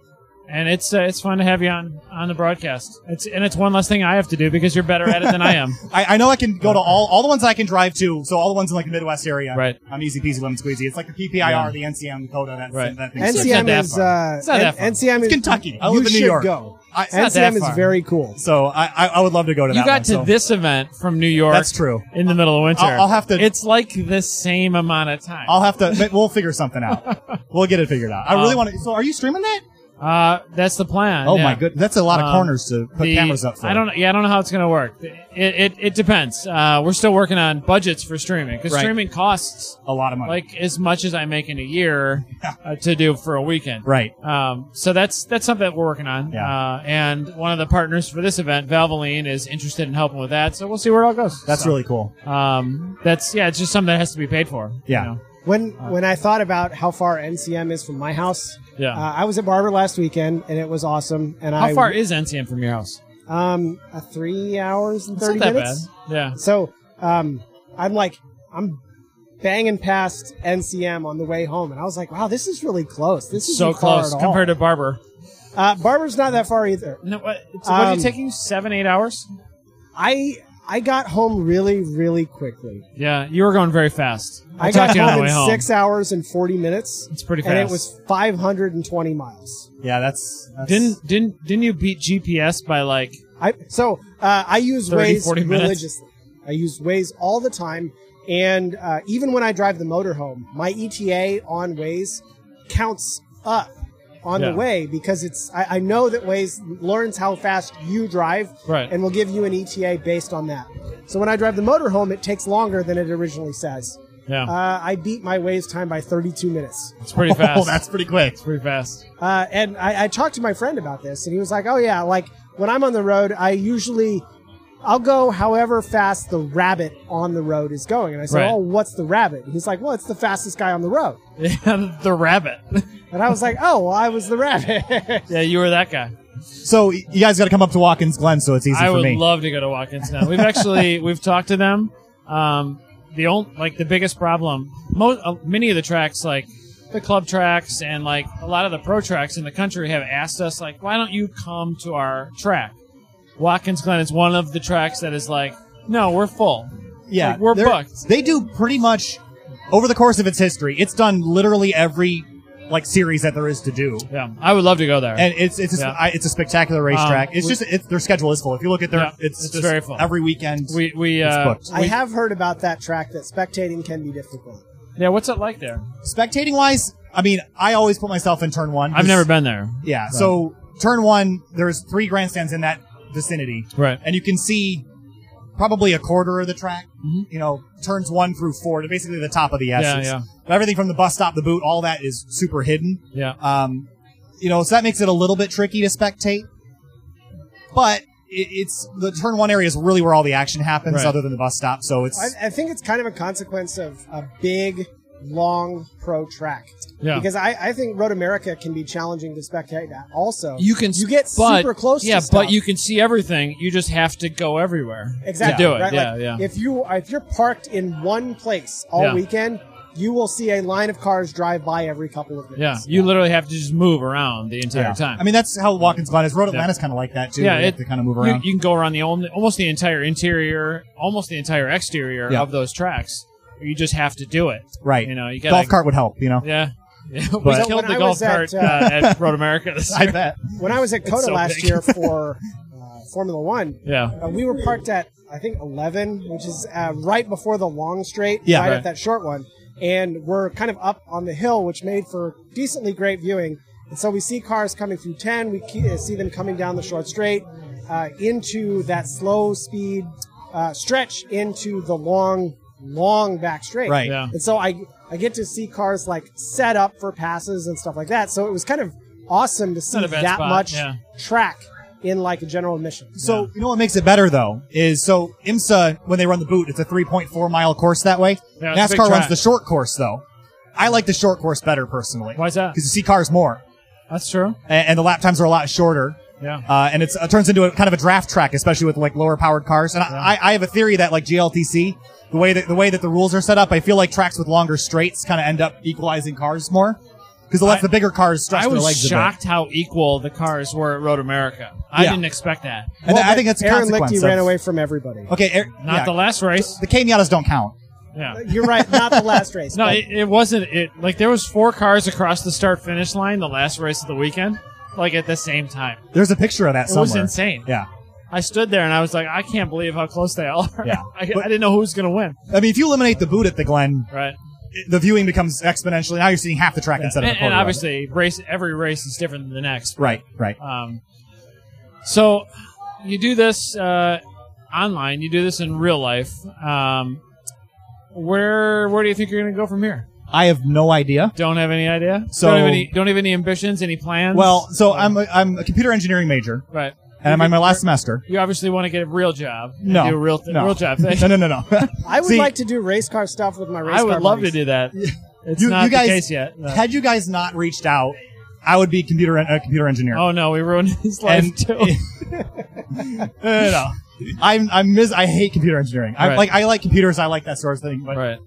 S2: and it's uh, it's fun to have you on on the broadcast. It's and it's one less thing I have to do because you're better at it than I am.
S4: I, I know I can go to all all the ones I can drive to. So all the ones in like the Midwest area.
S2: Right.
S4: I'm easy peasy lemon squeezy. It's like the PPIR, the NCM, Coda, that,
S2: Right.
S4: that thing.
S2: It's not
S3: NCM
S2: that
S3: is
S2: far.
S3: uh,
S2: It's not that far.
S3: NCM is
S4: It's Kentucky. I
S3: you
S4: live in New
S3: should
S4: York.
S3: go.
S4: I- it's
S2: not that
S3: NCM is
S2: far.
S3: very cool.
S4: So I, I, I would love to go to
S2: You
S4: that.
S2: got
S4: one,
S2: to
S4: so.
S2: this event from New York.
S4: That's true.
S2: In the middle of winter.
S4: I'll- I'll have to-
S2: It's like the same amount of time.
S4: I'll have to. but We'll figure something
S2: [laughs]
S4: out. We'll get it figured out. I really
S2: Um,
S4: want to. So are you streaming that?
S2: Uh, that's the plan.
S4: Oh
S2: yeah.
S4: my good. That's a lot of
S2: Um,
S4: corners to put
S2: The-
S4: cameras up for.
S2: I don't. Yeah, I don't know how it's going to work. It, it it depends. Uh, we're still working on budgets for streaming because
S4: Right.
S2: streaming costs
S4: A lot of money.
S2: like as much as I make in a year uh, to do for a weekend.
S4: right.
S2: Um, so that's that's something that we're working on.
S4: Yeah.
S2: Uh, and one of the partners for this event, Valvoline, is interested in helping with that. So we'll see where it all goes.
S4: That's
S2: So,
S4: really cool.
S2: Um, that's yeah. It's just something that has to be paid for. you
S4: Yeah.
S2: know?
S3: When
S2: Uh,
S3: when I thought about how far NCM is from my house,
S2: Yeah.
S3: uh, I was at Barber last weekend and it was awesome. And
S2: How
S3: I
S2: far is NCM from your house?
S3: um, uh, three hours and
S2: It's
S3: thirty
S2: not that
S3: minutes.
S2: bad. Yeah.
S3: So um, I'm like, I'm banging past NCM on the way home, and I was like, wow, this is really close. This is
S2: so
S3: far
S2: close
S3: at all.
S2: compared to Barber.
S3: uh, Barber's not that far either.
S2: No, what, it's- what are
S3: Um,
S2: you taking? Seven, eight hours?
S3: I I got home really really quickly.
S2: Yeah, you were going very fast.
S3: I,
S2: talked
S3: got
S2: to you on the
S3: home
S2: way
S3: in
S2: home.
S3: six hours and forty minutes,
S2: It's pretty fast.
S3: and it was 520 miles.
S4: Yeah, that's, that's
S2: didn't didn't didn't you beat GPS by like
S3: I so uh, I use
S2: 30,
S3: Waze
S2: 40 minutes.
S3: religiously. I use Waze all the time, and uh, even when I drive the motorhome, my ETA on Waze counts up on
S2: Yeah.
S3: the way because it's. I, I know that Waze learns how fast you drive
S2: right?
S3: and will give you an ETA based on that. So when I drive the motorhome, it takes longer than it originally says.
S2: yeah,
S3: Uh, I beat my Waze time by 32 minutes.
S2: it's
S3: [laughs]
S2: pretty fast.
S4: [laughs] Oh, that's pretty quick.
S2: it's pretty fast.
S3: Uh, and I, I talked to my friend about this, and he was like, "Oh yeah, like when I'm on the road, I usually I'll go however fast the rabbit on the road is going." And I said,
S2: Right.
S3: "Oh, what's the rabbit?" And he's like, "Well, it's the fastest guy on the road."
S2: Yeah, the rabbit.
S3: And I was like, "Oh, well, I was the rabbit."
S2: [laughs]
S3: [laughs]
S2: yeah, you were that guy.
S4: So y- you guys got to come up to Watkins Glen, so it's easy
S2: I
S4: for
S2: would
S4: me.
S2: love to go to Watkins now. We've
S4: [laughs]
S2: actually we've talked to them. Um, the only like the biggest problem, most uh, many of the tracks like the club tracks and like a lot of the pro tracks in the country have asked us like, why don't you come to our track? Watkins Glen is one of the tracks that is like, no, we're full.
S4: yeah,
S2: like, we're
S4: they're-
S2: booked.
S4: They do pretty much over the course of its history. It's done literally every like series that there is to do.
S2: Yeah, I would love to go there.
S4: And it's it's a,
S2: Yeah.
S4: I, it's a spectacular racetrack.
S2: Um,
S4: it's
S2: we-
S4: just it's, their schedule is full. If you look at their,
S2: Yeah,
S4: it's,
S2: it's
S4: just
S2: very full.
S4: every weekend.
S2: we we
S4: It's
S2: uh,
S4: booked.
S3: I
S2: we-
S3: have heard about that track that spectating can be difficult.
S2: yeah. What's it like there?
S4: Spectating wise, I mean, I always put myself in turn one.
S2: I've never been there.
S4: Yeah, so turn one, there's three grandstands in that vicinity,
S2: Right.
S4: and you can see probably a quarter of the track. You know, turns one through four, to basically the top of the S.
S2: Mm-hmm. Yeah,
S4: It's-
S2: yeah.
S4: Everything from the bus stop, the boot, all that is super hidden.
S2: Yeah.
S4: Um, you know, so that makes it a little bit tricky to spectate. But it, it's the turn one area is really where all the action happens,
S2: Right.
S4: other than the bus stop. So it's
S3: I, I think it's kind of a consequence of a big, long pro track.
S2: Yeah.
S3: Because I, I think Road America can be challenging to spectate at also.
S2: You can
S3: you get
S2: but,
S3: super close.
S2: Yeah,
S3: to stuff.
S2: but you can see everything. You just have to go everywhere
S3: exactly
S2: to do it.
S3: Right?
S2: Yeah,
S3: Like,
S2: yeah.
S3: If you if you're parked in one place all
S2: Yeah.
S3: weekend, you will see a line of cars drive by every couple of
S2: yeah,
S3: minutes.
S2: you literally have to just move around the entire
S4: yeah.
S2: time.
S4: I mean, that's how Watkins Glen is. Road Atlanta's kind of like that too.
S2: Yeah,
S4: where you
S2: it-
S4: have to kind of move
S2: you,
S4: around.
S2: you can go around the only, almost the entire interior, almost the entire exterior
S4: Yeah.
S2: of those tracks. You just have to do it.
S4: right.
S2: You know, you gotta
S4: Golf cart would help. You know.
S2: Yeah, [laughs] yeah. we
S4: But-
S2: killed
S3: When
S2: the
S3: I
S2: golf
S3: was at,
S2: cart uh,
S3: uh,
S2: at Road America. This
S4: [laughs] I
S2: year.
S4: bet.
S3: When I was at Coda
S2: so
S3: last
S2: big. [laughs]
S3: year for uh, Formula One,
S2: yeah,
S3: uh, we were parked at I think 11, which is uh, right before the long straight,
S4: Yeah,
S3: right,
S2: right.
S3: at that short one, and we're kind of up on the hill, which made for decently great viewing. And so we see cars coming through 10, we ke- uh, see them coming down the short straight uh, into that slow speed uh, stretch into the long, long back straight.
S4: Right.
S2: yeah.
S3: And so I I get to see cars like set up for passes and stuff like that. So it was kind of awesome to see
S2: Not a bad
S3: that
S2: spot,
S3: much
S2: yeah.
S3: track in like a general admission.
S4: So you know what makes it better though is so IMSA when they run the boot, it's a 3.4 mile course that way.
S2: Yeah, it's a big
S4: NASCAR runs
S2: track.
S4: the short course though. I like the short course better personally.
S2: Why's that?
S4: Because you see cars more,
S2: That's true.
S4: a- and, the lap times are a lot shorter.
S2: Yeah,
S4: Uh, and it's, it turns into a kind of a draft track, especially with like lower powered cars. And I, I, I have a theory that like GLTC, the way that the way that the rules are set up, I feel like tracks with longer straights kind of end up equalizing cars more because it lets
S2: I-
S4: the bigger cars stretch
S2: I
S4: their
S2: was
S4: legs a bit.
S2: shocked how equal the cars were at Road America. I
S4: Yeah.
S2: didn't expect that.
S4: And
S3: Well,
S4: I think that's a
S3: Aaron
S4: consequence.
S3: Lichty
S4: of-
S3: ran away from everybody.
S4: Okay, Air-
S2: Not
S4: yeah,
S2: the last race.
S4: the Kenyatas don't count.
S2: Yeah.
S3: You're right, not the
S2: [laughs]
S3: last race.
S2: No,
S3: but
S2: it, it wasn't. It like there was four cars across the start finish line the last race of the weekend, like at the same time.
S4: There's a picture of that
S2: It
S4: somewhere.
S2: was insane.
S4: Yeah.
S2: I stood there and I was like, I can't believe how close they all are.
S4: Yeah.
S2: [laughs] I, I didn't know who was going to win.
S4: I mean, if you eliminate the boot at the Glen,
S2: Right.
S4: it- the viewing becomes exponentially. Now you're seeing half the track instead
S2: And,
S4: of a quarter
S2: and
S4: of it.
S2: obviously, race every race is different than the next.
S4: Right, right.
S2: Um, so you do this uh, online. You do this in real life. Um, where where do you think you're going to go from here?
S4: I have no idea.
S2: Don't have any idea.
S4: So-
S2: don't have any, don't have any ambitions, any plans.
S4: Well, so I'm a, I'm a computer engineering major,
S2: right.
S4: and I'm in my last semester.
S2: You obviously want to get a real job. and
S4: No,
S2: do a real th-
S4: no.
S2: real
S4: [laughs]
S2: job [laughs] thing.
S4: No, no, no, no.
S2: [laughs]
S3: I would
S4: See-
S3: like to do race car stuff with my race
S2: I
S3: car.
S2: would love to
S3: buddies.
S2: do that. [laughs] It's
S4: You-
S2: not
S4: you guys-
S2: the case yet. No.
S4: Had you guys not reached out, I would be computer a computer
S2: [laughs]
S4: engineer.
S2: Oh no, we ruined his life
S4: [laughs]
S2: too. [laughs]
S4: no, no, no. I'm I'm mis- I hate computer engineering. I
S2: Right.
S4: like I like computers. I like that sort of thing. But
S2: right.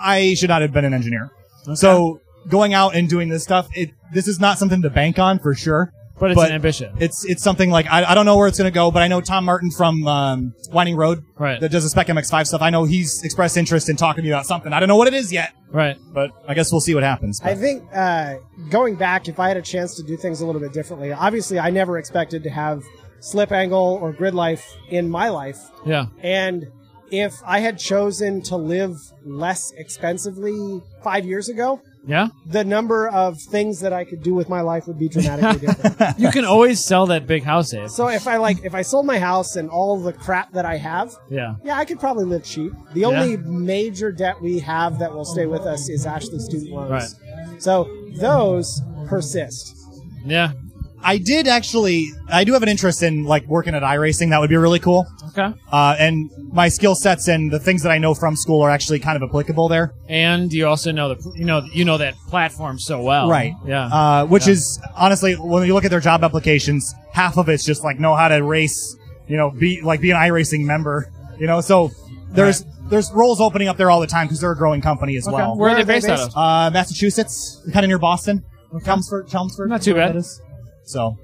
S4: I should not have been an engineer. So going out and doing this stuff, it this is not something to bank on for sure.
S2: But it's
S4: but
S2: an ambition.
S4: It's it's something like I, I don't know where it's going to go, but I know Tom Martin from um, Winding Road
S2: Right.
S4: that does the Spec MX5 stuff. I know he's expressed interest in talking to me about something. I don't know what it is yet,
S2: right.
S4: but I guess we'll see what happens.
S3: I
S4: But
S3: think uh, going back, if I had a chance to do things a little bit differently, obviously I never expected to have slip angle or grid life in my life.
S2: Yeah.
S3: And if I had chosen to live less expensively five years ago,
S2: Yeah.
S3: the number of things that I could do with my life would be dramatically
S4: [laughs]
S3: different.
S2: You can always sell that big house, Abe.
S3: so if I like, if I sold my house and all the crap that I have,
S2: Yeah.
S3: yeah, I could probably live cheap. The only major debt we have that will stay with us is actually student loans. So those persist.
S2: Yeah.
S4: I did actually. I do have an interest in like working at iRacing. That would be really cool.
S2: Okay.
S4: Uh, and my skill sets and the things that I know from school are actually kind of applicable there.
S2: And you also know the you know you know that platform so well.
S4: Right.
S2: Oh, Yeah.
S4: Uh, which is honestly, when you look at their job applications, half of it's just like know how to race, you know, be like be an iRacing member, you know. So there's there's roles opening up there all the time because they're a growing company as well.
S2: Where,
S3: Where
S2: are they
S3: are they
S2: based, out
S3: based?
S2: of?
S4: Uh, Massachusetts, kind of near Boston, Chelmsford, Chelmsford.
S2: Not too
S4: whatever
S2: bad.
S4: that is. So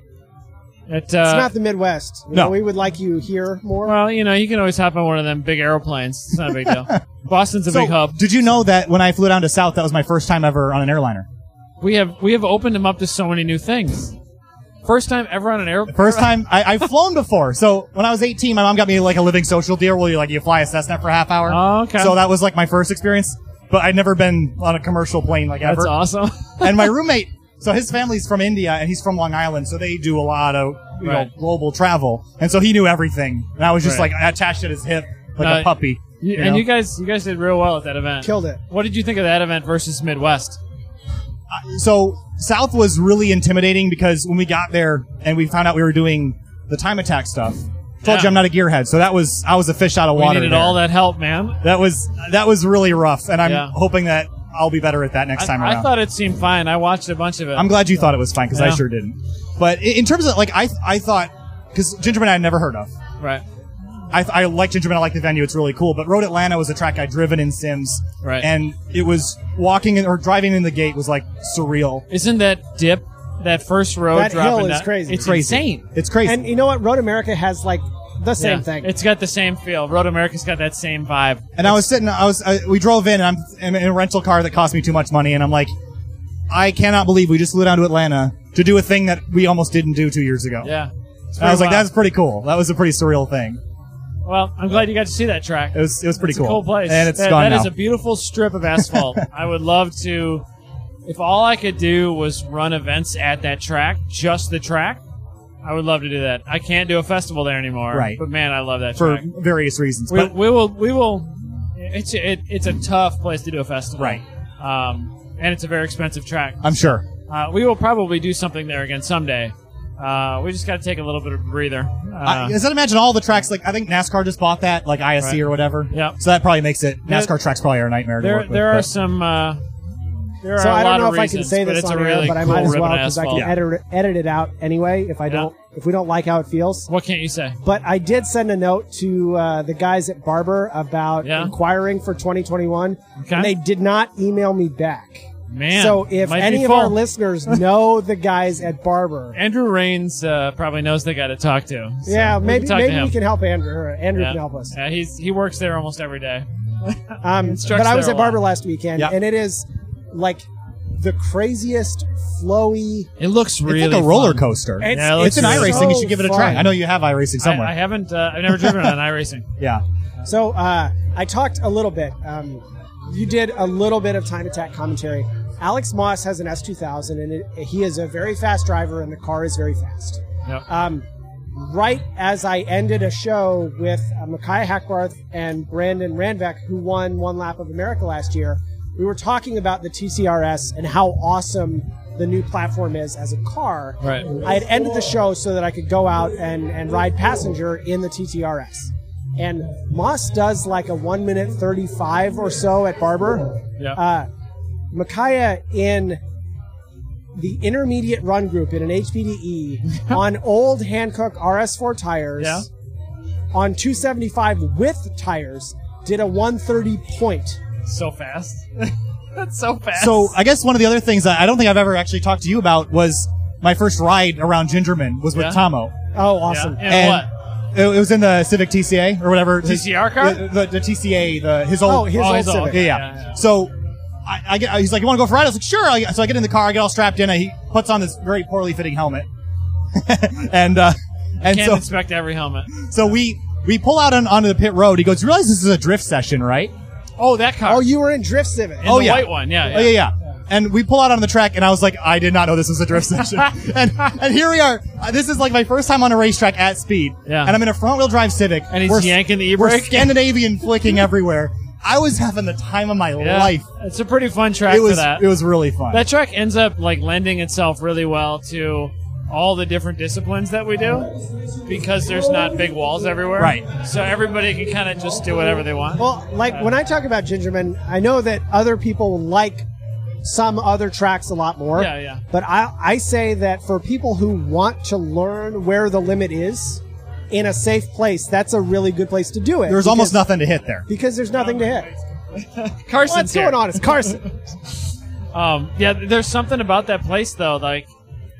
S2: At,
S3: It's
S2: uh,
S3: not the Midwest. You
S4: no.
S3: know, we would like you here more.
S2: well, you know, you can always hop on one of them big airplanes. It's not a big deal. Boston's a
S4: So,
S2: big hub.
S4: Did you know that when I flew down to South, that was my first time ever on an airliner?
S2: We have we have opened them up to so many new things. First time ever on an airplane.
S4: First time I, I've flown before. So when I was 18, my mom got me like a living social deal where you like you fly a Cessna for a half hour.
S2: Oh, okay.
S4: So that was like my first experience, but I'd never been on a commercial plane like ever.
S2: That's awesome. [laughs]
S4: and my roommate, so his family's from India and he's from Long Island, so they do a lot of you
S2: Right.
S4: know global travel, and so he knew everything. And I was just
S2: Right.
S4: like attached at his hip like
S2: Uh,
S4: a puppy.
S2: You-
S4: you
S2: and
S4: know?
S2: you guys you guys did real well at that event.
S3: Killed it.
S2: What did you think of that event versus Midwest?
S4: Uh, so South was really intimidating because when we got there and we found out we were doing the time attack stuff. Told
S2: Yeah.
S4: you I'm not a gearhead, so that was I was a fish out of
S2: We
S4: water.
S2: needed
S4: there.
S2: all that help, man.
S4: That was that was really rough, and I'm
S2: Yeah.
S4: hoping that I'll be better at that next
S2: I,
S4: time
S2: I
S4: around.
S2: thought it seemed fine. I watched a bunch of it.
S4: I'm glad you thought it was fine because
S2: Yeah.
S4: I sure didn't. But i- in terms of like, I I thought because Gingerman I had never heard of.
S2: right.
S4: I, I like Gingerman. I like the venue. It's really cool. But Road Atlanta was a track I'd driven in Sims,
S2: Right.
S4: And it was walking in, or driving in the gate was like surreal.
S2: Isn't that dip that first road
S3: That
S2: drop
S3: hill
S2: in
S3: is
S2: that-
S3: crazy.
S2: It's
S4: Crazy.
S2: insane.
S4: It's crazy.
S3: And you know what? Road America has like the same
S2: Yeah.
S3: thing.
S2: It's got the same feel. Road America's got that same vibe.
S4: And I was sitting, I was, I, we drove in, and I'm, I'm in a rental car that cost me too much money, and I'm like, I cannot believe we just flew down to Atlanta to do a thing that we almost didn't do two years ago.
S2: Yeah. It's
S4: And I was
S2: pretty
S4: like,
S2: wild.
S4: that's pretty cool. That was a pretty surreal thing.
S2: well. I'm glad you got to see that track.
S4: It was, it was pretty
S2: it's
S4: cool.
S2: a cool place.
S4: And it's
S2: that,
S4: gone
S2: that
S4: now.
S2: is a beautiful strip of
S4: [laughs]
S2: asphalt. I would love to. If all I could do was run events at that track, just the track, I would love to do that. I can't do a festival there anymore.
S4: Right.
S2: But man, I love that
S4: for
S2: track.
S4: various reasons.
S2: We,
S4: but
S2: we will. We will. It's it, it's a tough place to do a festival.
S4: Right.
S2: Um, and it's a very expensive track.
S4: I'm sure.
S2: Uh, we will probably do something there again someday. Uh, we just got to take a little bit of a breather. Uh,
S4: I, I said, imagine all the tracks. Like I think NASCAR just bought that, like ISC
S2: Right.
S4: or whatever.
S2: Yep.
S4: So that probably makes it NASCAR
S2: There-
S4: tracks probably are a nightmare. to
S2: there
S4: work with,
S2: there are
S4: but-
S2: some. Uh, there
S3: so
S2: are a
S3: I
S2: lot
S3: don't know
S2: of
S3: if I can
S2: reasons,
S3: say
S2: but
S3: this
S2: it's
S3: on
S2: a
S3: air,
S2: really
S3: but I
S2: cool
S3: might as well
S2: ribbon
S3: because I can
S2: asphalt.
S3: edit, edit it out anyway if I don't if we don't like how it feels.
S2: What can't you say?
S3: But I did send a note to uh, the guys at Barber about
S2: Yeah.
S3: inquiring for 2021,
S2: Okay.
S3: and they did not email me back.
S2: Man,
S3: so if
S2: might be
S3: any of our
S2: full. [laughs]
S3: listeners know the guys at Barber,
S2: Andrew Rains uh, probably knows the guy to talk to. so
S3: yeah,
S2: we can
S3: maybe
S2: talk to
S3: maybe
S2: him.
S3: we can help Andrew. Or Andrew
S2: Yeah.
S3: can help us.
S2: Yeah, he's he works there almost every day.
S3: Um,
S2: Instructs
S3: but I
S2: there
S3: was
S2: a
S3: at Barber
S2: lot.
S3: last weekend,
S4: Yeah.
S3: and it is like the craziest flowy.
S2: It looks
S4: It's
S2: really
S4: like a roller
S2: fun.
S4: coaster.
S3: It's-
S2: Yeah, it
S4: it's
S2: looks
S4: an
S2: really
S4: iRacing.
S3: so
S4: you should give it a try.
S3: fun.
S4: I know you have iRacing
S2: I,
S4: somewhere.
S2: I haven't. Uh, I've never driven on an
S3: [laughs]
S2: iRacing.
S4: yeah.
S3: So uh, I talked a little bit. Um, you did a little bit of time attack commentary. Alex Moss has an S2000, and it, he is a very fast driver, and the car is very fast.
S2: Yep.
S3: Um, right as I ended a show with uh, Micaiah Hackbarth and Brandon Ranvek, who won One Lap of America last year, we were talking about the TCRS and how awesome the new platform is as a car.
S2: Right.
S3: I had ended the show so that I could go out and, and ride passenger in the TTRS. And Moss does like a 1 minute 35 or so at Barber.
S2: Yeah.
S3: Uh, Micaiah in the intermediate run group in
S2: [laughs]
S3: an HPDE E on old Hankook RS4 tires
S2: Yeah.
S3: on 275 with tires did a 130 point.
S2: So fast. [laughs] That's so fast.
S4: So I guess one of the other things that I don't think I've ever actually talked to you about was my first ride around Gingerman was with
S2: Yeah.
S4: Tomo.
S3: Oh,
S2: yeah.
S3: awesome.
S2: And,
S4: And-
S2: what?
S4: It, it was in the Civic TCA or whatever
S2: TCR car?
S4: The, the, the TCA, the his old.
S3: Oh, his old
S2: his old-
S3: Civic.
S4: yeah, yeah.
S2: Yeah, yeah.
S4: So I, I get, he's like, "You want to go for a ride?" I was like, "Sure." I, so I get in the car, I get all strapped in. I, he puts on this very poorly fitting helmet, [laughs] and uh, and
S2: Can't
S4: so
S2: inspect every helmet.
S4: so we we pull out on, onto the pit road. He goes, "You realize this is a drift session, right?"
S2: Oh, that car.
S3: Oh, you were in Drift Civic.
S2: And
S4: oh,
S2: the
S4: yeah.
S2: white one. Yeah.
S4: Oh yeah, yeah. And we pull out on the track, and I was like, I did not know this was a
S2: [laughs]
S4: drift session. and and here we are. Uh, This is like my first time on a racetrack at speed.
S2: Yeah.
S4: And I'm in a front wheel drive Civic.
S2: And he's
S4: We're s-
S2: yanking the
S4: We're
S2: e-brake.
S4: Scandinavian flicking everywhere. I was having the time of my
S2: Yeah.
S4: life.
S2: It's a pretty fun track
S4: It was
S2: for that.
S4: it was really fun.
S2: that track ends up like lending itself really well to all the different disciplines that we do because there's not big walls everywhere.
S4: Right.
S2: So everybody can kind of just do whatever they want.
S3: Well, like when I talk about Gingerman, I know that other people like some other tracks a lot more.
S2: Yeah, yeah.
S3: But I, I say that for people who want to learn where the limit is in a safe place, that's a really good place to do it.
S4: there was
S3: because-
S4: almost nothing to hit there.
S3: because there's nothing to hit.
S2: Carson's
S3: What's
S2: here.
S3: going on?
S2: [laughs]
S3: It's Carson.
S2: Um, yeah, there's something about that place though. Like,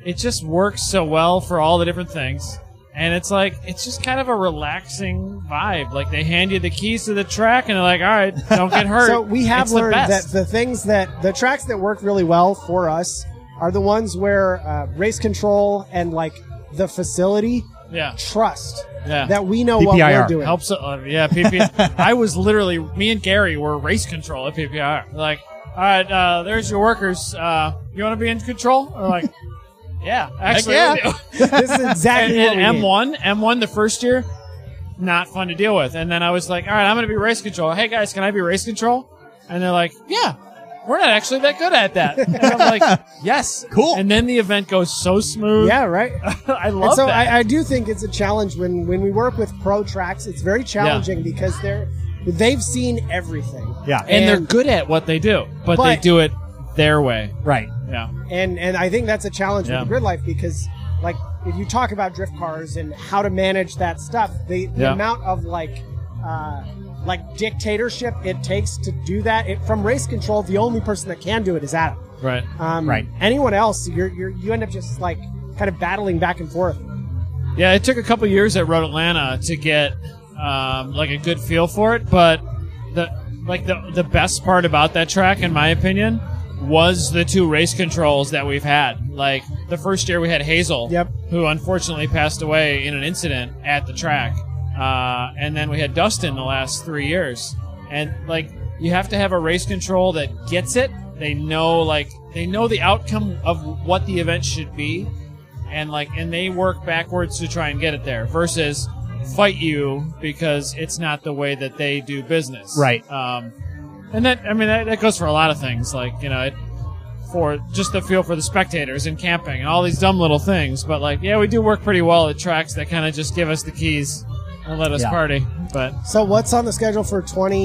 S2: it just works so well for all the different things, and it's like it's just kind of a relaxing vibe. Like they hand you the keys to the track, and they're like, "All right, don't
S3: [laughs]
S2: get hurt."
S3: So we have
S2: It's the
S3: learned that
S2: best.
S3: the things that the tracks that work really well for us are the ones where uh, race control and like the facility
S2: yeah,
S3: trust
S2: yeah.
S3: that we know what
S4: PPIR.
S3: we're doing.
S2: Helps. Uh, yeah,
S3: [laughs]
S2: PP. I was literally me and Gary were race control at PPR. Like, all right, uh, there's your workers. Uh, you want to be in control? Or
S3: [laughs]
S2: like, yeah, actually,
S4: yeah.
S2: we do." [laughs]
S3: This is
S2: and,
S3: exactly what we
S2: and
S3: need.
S2: M1, M1 the first year, not fun to deal with. And then I was like, all right, I'm going to be race control. Hey guys, can I be race control? And they're like, yeah, we're not actually that good at that. And I'm
S3: [laughs]
S2: like, yes,
S4: Cool.
S2: And then the event goes so smooth.
S3: Yeah, right.
S2: [laughs] I love
S3: and so
S2: that.
S3: I, I do think it's a challenge when when we work with pro tracks. It's very challenging because they're they've seen everything.
S4: Yeah.
S2: and, they're
S3: and-
S2: good at what they do, but, they
S3: But-
S2: do it their way.
S4: Right.
S2: Yeah,
S3: and and I think that's a challenge
S2: Yeah.
S3: with the grid life because like if you talk about drift cars and how to manage that stuff, the, the
S2: Yeah.
S3: amount of like uh, like dictatorship it takes to do that it, from race control, the only person that can do it is Adam.
S2: right.
S3: Um,
S4: Right.
S3: Anyone else, you're, you're you end up just like kind of battling back and forth.
S2: Yeah, it took a couple years at Road Atlanta to get um, like a good feel for it, but the like the the best part about that track, in my opinion, was the two race controls that we've had. Like the first year we had Hazel,
S3: Yep.
S2: who unfortunately passed away in an incident at the track, uh, and then we had Dustin the last three years, and like you have to have a race control that gets it. They know like they know the outcome of what the event should be and like and they work backwards to try and get it there versus fight you because it's not the way that they do business
S4: Right.
S2: um, and that i mean that, that goes for a lot of things like you know it, for just the feel for the spectators and camping and all these dumb little things but like yeah we do work pretty well at tracks that kind of just give us the keys and let us
S4: Yeah.
S2: party but
S3: So what's on the schedule for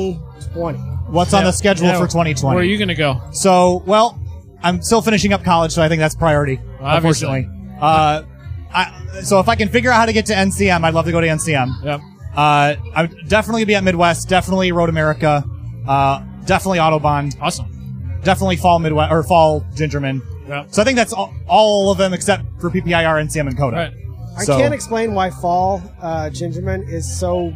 S3: 2020?
S4: What's on
S2: Yeah.
S4: the schedule
S2: Yeah.
S4: for 2020?
S2: where are you gonna go
S4: So, well, I'm still finishing up college, so I think that's priority.
S2: Obviously.
S4: Unfortunately, uh, I, so if I can figure out how to get to NCM, I'd love to go to NCM.
S2: yep
S4: Uh, I would definitely be at Midwest. Definitely Road America. Uh, definitely Autobahn.
S2: awesome
S4: Definitely Fall Midwest or Fall Gingerman.
S2: yep
S4: So I think that's all, all of them except for PPIR, NCM, and Coda.
S2: all right
S3: I
S4: So-
S3: can't explain why fall uh, gingerman is so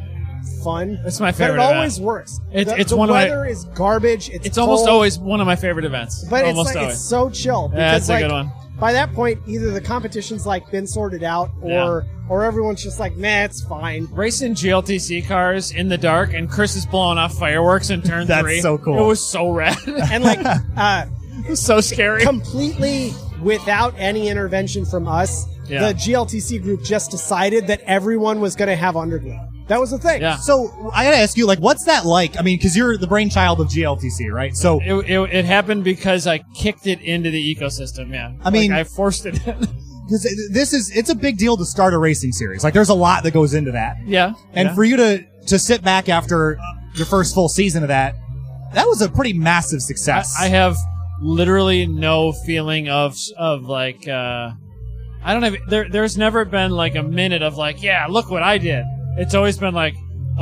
S3: fun.
S2: It's my
S3: But
S2: favorite
S3: it
S2: event.
S3: always works.
S2: It's-
S3: the,
S2: it's
S3: the
S2: one of my-
S3: weather is garbage. It's
S2: it's almost
S3: cold,
S2: always one of my favorite events
S3: but it's
S2: almost
S3: like
S2: always
S3: it's so chill.
S2: yeah that's
S3: because, like,
S2: a good one
S3: By that point, either the competition's like been sorted out, or or everyone's just like, man, it's fine.
S2: racing GLTC cars in the dark, and Chris is blowing off fireworks in turn
S4: [laughs] That's
S2: three.
S4: so cool.
S2: It was so rad. [laughs] it
S3: And like, uh,
S2: was so scary.
S3: completely without any intervention from us,
S2: Yeah.
S3: the GLTC group just decided that everyone was going to have underglow. That was the thing.
S2: Yeah.
S4: So I gotta ask you, like, what's that like? I mean, because you're the brainchild of GLTC, right? So
S2: It, it, it happened because I kicked it into the ecosystem, man.
S4: I mean-
S2: Like, I forced it. in. [laughs]
S4: 'cause it- this is it's a big deal to start a racing series. Like, there's a lot that goes into that.
S2: yeah,
S4: And
S2: yeah.
S4: for you to to sit back after your first full season of that, that was a pretty massive success.
S2: I have literally no feeling of of like uh, I don't have there. There's never been like a minute of like, yeah, look what I did. It's always been like,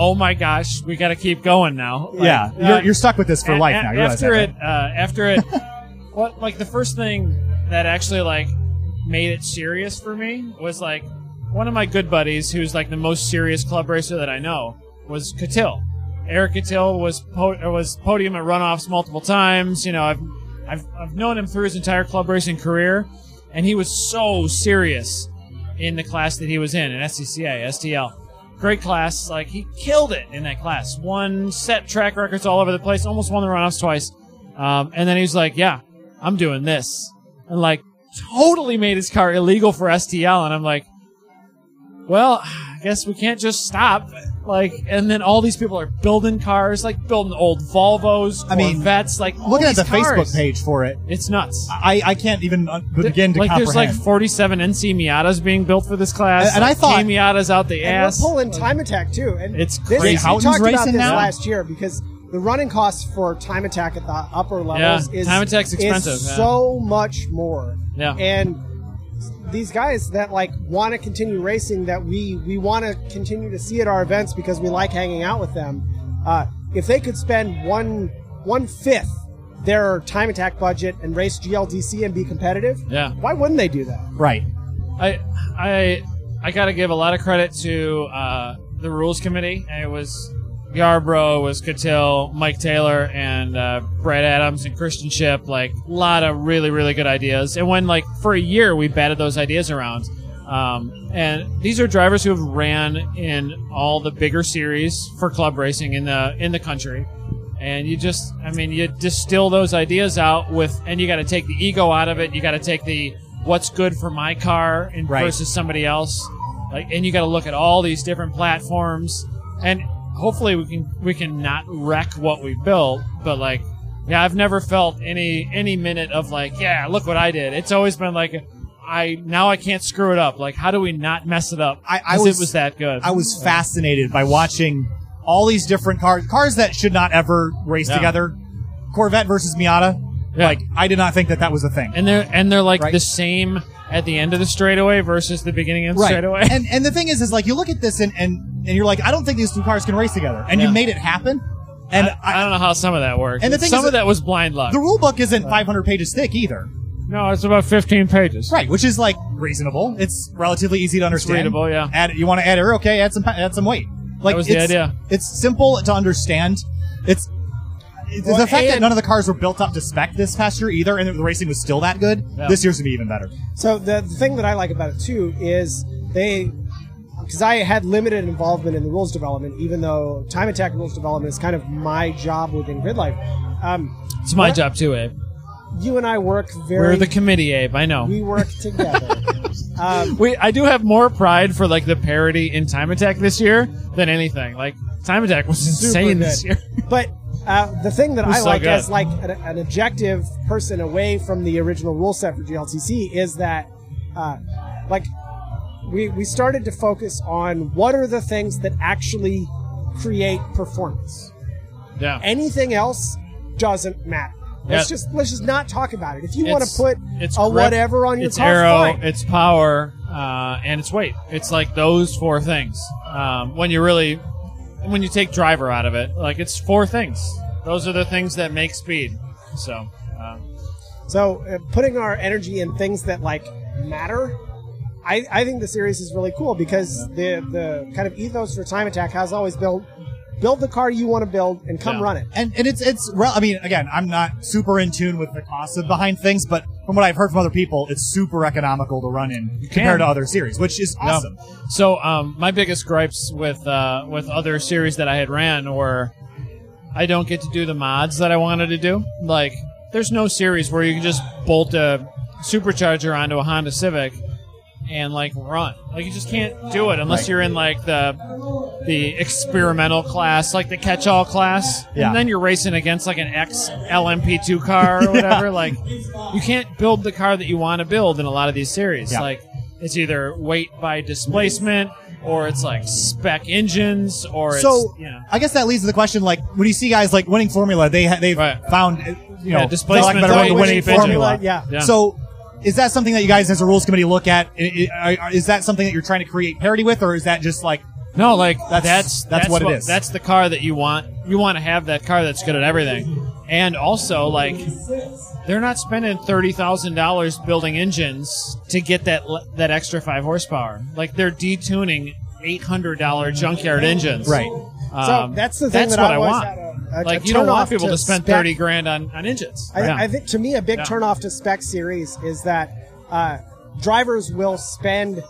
S2: oh my gosh, we got to keep going now. Like,
S4: yeah,
S2: uh,
S4: you're, you're stuck with this for
S2: a-
S4: life
S2: a-
S4: now. You realize
S2: after
S4: that,
S2: it, uh, after it,
S4: [laughs]
S2: what like the first thing that actually like made it serious for me was like one of my good buddies, who's like the most serious club racer that I know, was Catil. Eric Catil was po- uh, was podium at runoffs multiple times. You know, I've I've I've known him through his entire club racing career, and he was so serious in the class that he was in, in SCCA, STL. Great class. Like, he killed it in that class. Won set track records all over the place, almost won the runoffs twice. Um, and then he was like, yeah, I'm doing this. And, like, totally made his car illegal for STL. And I'm like, well, I guess we can't just stop. Like, and then all these people are building cars, like building old Volvos,
S4: I mean,
S2: Corvettes, like all
S4: Looking at the
S2: these cars.
S4: Facebook page for it,
S2: It's nuts.
S4: I, I can't even uh, begin to
S2: like
S4: comprehend.
S2: there's like 47 NC Miatas being built for this class,
S4: And- and I
S2: like,
S4: thought-
S2: K Miatas out the
S3: And
S2: ass.
S3: we're pulling time attack too. And
S2: It's
S3: This, we
S2: crazy.
S3: talked
S4: Houghton's
S3: about
S4: racing
S3: this
S4: now?
S3: last year because the running costs for time attack at the upper levels
S2: Yeah,
S3: is
S2: time attack's
S3: is
S2: expensive, yeah.
S3: so much more.
S2: Yeah.
S3: And these guys that like want to continue racing that we we want to continue to see at our events because we like hanging out with them. Uh, if they could spend one one fifth their time attack budget and race GLDC and be competitive,
S2: yeah,
S3: why wouldn't they do that?
S4: right.
S2: I, I, I gotta give a lot of credit to uh, the rules committee. And it was Yarbrough, it was Catil, Mike Taylor, and uh, Brad Adams and Christian Ship. Like a lot of really, really good ideas. And when like for a year we batted those ideas around. Um, and these are drivers who have ran in all the bigger series for club racing in the in the country. and you just i mean you distill those ideas out with and you got to take the ego out of it you got to take the what's good for my car and
S4: Right.
S2: versus somebody else like and you got to look at all these different platforms and hopefully we can we can not wreck what we built but like yeah i've never felt any any minute of like yeah look what i did it's always been like i now i can't screw it up like how do we not mess it up
S4: I- I
S2: 'Cause
S4: was-
S2: it was that good
S4: I was fascinated by watching all these different cars, cars that should not ever race
S2: Yeah.
S4: together. Corvette versus Miata.
S2: Yeah.
S4: Like, I did not think that that was a thing.
S2: and they're and they're like
S4: Right.
S2: the same at the end of the straightaway versus the beginning of the straightaway.
S4: [laughs] And and the thing is, is like you look at this and and, and you're like, I don't think these two cars can race together, and
S2: Yeah.
S4: you made it happen. And
S2: [laughs] I, I don't know how some of that works.
S4: And the thing
S2: some
S4: is
S2: of
S4: that-
S2: that was blind luck.
S4: the rule book
S2: Uh,
S4: isn't 500 pages thick either,
S2: no, it's about fifteen pages.
S4: right? Which is like reasonable. It's relatively easy to understand.
S2: readable, yeah.
S4: Add you want to add error, okay? Add some pa- add some weight. Like
S2: was the
S4: it's,
S2: idea.
S4: It's simple to understand. It's it's the fact that
S3: and-
S4: none of the cars were built up to spec this past year either, and the racing was still that good.
S2: Yeah.
S4: This year's gonna be even better.
S3: So the, the thing that I like about it too is they, because I had limited involvement in the rules development, even though time attack rules development is kind of my job within grid life. Um,
S2: It's my
S3: What?
S2: job too, Abe.
S3: you and I work very.
S2: We're the committee, Abe. I know.
S3: we work
S2: [laughs]
S3: together. um,
S2: We, I do have more pride for like the parody in Time Attack this year than anything. Like Time Attack was insane
S3: good.
S2: this year. [laughs]
S3: but uh, the thing that
S2: was
S3: I
S2: so
S3: like
S2: good.
S3: as like an, an objective person away from the original rule set for GLTC is that, uh, like, we we started to focus on what are the things that actually create performance.
S2: Yeah.
S3: anything else doesn't matter. Let's
S2: Yeah.
S3: just let's just not talk about it. If you want to
S2: It's-
S3: put
S2: it's
S3: a
S2: grip,
S3: whatever on your
S2: it's
S3: car,
S2: arrow,
S3: fine.
S2: it's power, uh, and it's weight. It's like those four things. Um, when you really, when you take driver out of it, like it's four things. Those are the things that make speed. So, uh,
S3: So uh, putting our energy in things that like matter. I, I think the series is really cool because the the kind of ethos for Time Attack has always built build the car you want to build and come
S2: Yeah.
S3: run it.
S4: And and it's it's rel- I mean, again, I'm not super in tune with the costs of behind things, but from what I've heard from other people, it's super economical to run in compared to other series, which is
S2: No.
S4: awesome.
S2: So um, my biggest gripes with uh, with other series that I had ran were I don't get to do the mods that I wanted to do. Like there's no series where you can just bolt a supercharger onto a Honda Civic and like run. Like you just can't do it unless
S4: Right.
S2: you're in like the the experimental class, like the catch all class.
S4: Yeah.
S2: And then you're racing against like an ex LMP2 car or
S4: [laughs]
S2: whatever. Like you can't build the car that you want to build in a lot of these series.
S4: Yeah.
S2: Like it's either weight by displacement or it's like spec engines or
S4: So
S2: it's you know,
S4: I guess that leads to the question: like, when you see guys like winning Formula, they ha- they've
S2: Right.
S4: found uh, you
S2: Yeah,
S4: know, for lack of a
S2: displacement
S4: better word,
S2: rate
S4: the winning
S2: fidget
S4: formula.
S3: spinning. Yeah.
S2: Yeah.
S4: So, is that something that you guys, as a rules committee, look at? I- I- I- Is that something that you're trying to create parity with, or is that just like
S2: No, like that's
S4: That's-
S2: that's
S4: that's what it is.
S2: That's the car that you want. You want to have that car that's good at everything. And also, like, they're not spending thirty thousand dollars building engines to get that le- that extra five horsepower. Like they're detuning eight hundred dollar junkyard engines.
S4: right?
S2: Um,
S3: so that's the thing
S2: that's
S3: that
S2: what
S3: I
S2: I
S3: always uh,
S2: want.
S3: had a- a- a
S2: like you don't want
S3: turnoff
S2: people to, spend
S3: spec-
S2: thirty grand on on engines.
S3: I,
S2: Yeah.
S3: I think to me a big
S2: Yeah.
S3: turnoff to spec series is that uh, drivers will spend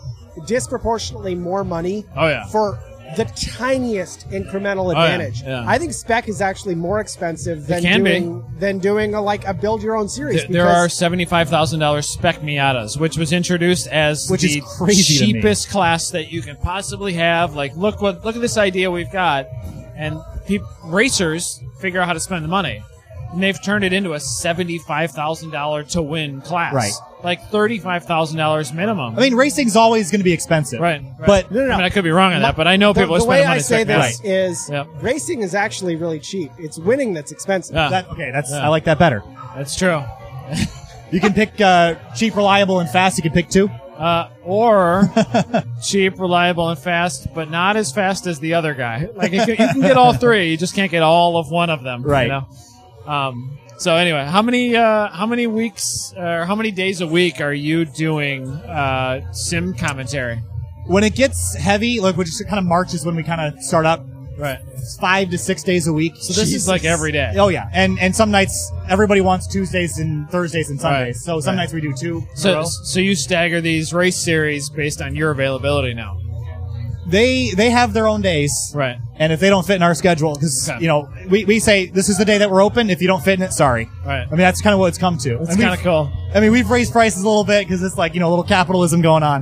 S3: disproportionately more money
S2: Oh, yeah. Oh,
S3: for the tiniest incremental
S2: yeah,
S3: advantage.
S2: yeah.
S3: I think spec is actually more expensive than
S2: can be.
S3: doing than doing a, like a build your own series.
S2: Th- there are
S3: because-
S2: seventy-five thousand dollars spec Miatas, which was introduced as
S4: Which is
S2: the
S4: crazy to me.
S2: cheapest class that you can possibly have. Like, look what look at this idea we've got, and peop racers figure out how to spend the money, and they've turned it into a seventy-five thousand dollar to win class,
S4: Right.
S2: Like thirty-five thousand dollars minimum.
S4: I mean, racing's always going to be expensive,
S2: right?
S4: But
S2: I, mean, I could be wrong on that, but I know
S3: the,
S2: people are
S3: the way
S2: spending money.
S3: I say
S2: spec
S3: this
S2: Miatas.
S3: is
S2: Yep.
S3: racing is actually really cheap. It's winning that's expensive.
S2: Yeah,
S4: that, okay, that's
S2: Yeah.
S4: I like that better.
S2: that's true. [laughs]
S4: You can pick uh, cheap, reliable, and fast. You can pick two.
S2: uh,
S4: [laughs]
S2: or cheap, reliable, and fast, but not as fast as the other guy. Like you can, you can get all three, you just can't get all of one of them. you
S4: Right.
S2: know? Um, so anyway, how many uh, how many weeks or how many days a week are you doing uh, sim commentary?
S4: When it gets heavy, like which kind of March is when we kind of start up.
S2: Right.
S4: It's five to six days a week. So
S2: this is like every day.
S4: Oh yeah, and and some nights everybody wants Tuesdays and Thursdays and Sundays.
S2: Right.
S4: So some
S2: Right.
S4: nights we do two. in a
S2: So
S4: row.
S2: so you stagger these race series based on your availability now.
S4: they they have their own days,
S2: Right.
S4: and if they don't fit in our schedule, because
S2: Okay.
S4: you know we, we say this is the day that we're open. If you don't fit in it, sorry.
S2: Right.
S4: I mean that's kind of what it's come to.
S2: It's kind of cool.
S4: I mean we've raised prices a little bit because it's like you know a little capitalism going on.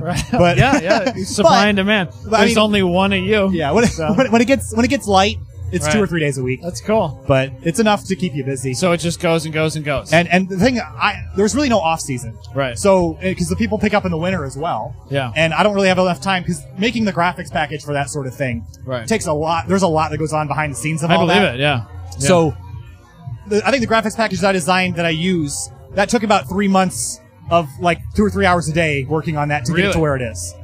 S2: [laughs]
S4: But
S2: yeah,
S4: [laughs]
S2: yeah. Supply and demand.
S4: but I
S2: There's
S4: mean-
S2: only one of you.
S4: yeah. When, when, when it gets when it gets light, it's two
S2: Right.
S4: or three days a week,
S2: That's cool.
S4: but it's enough to keep you busy.
S2: So it just goes and goes and goes.
S4: And and the thing, I there's really no off season.
S2: Right.
S4: So because the people pick up in the winter as well.
S2: Yeah.
S4: And I don't really have enough time because making the graphics package for that sort of thing
S2: Right.
S4: takes a lot. There's a lot that goes on behind the scenes of
S2: I
S4: all
S2: believe
S4: that.
S2: it. Yeah. Yeah.
S4: So the, I think the graphics package that I designed that I use that took about three months of like two or three hours a day working on that to get it
S2: Really?
S4: to where it is,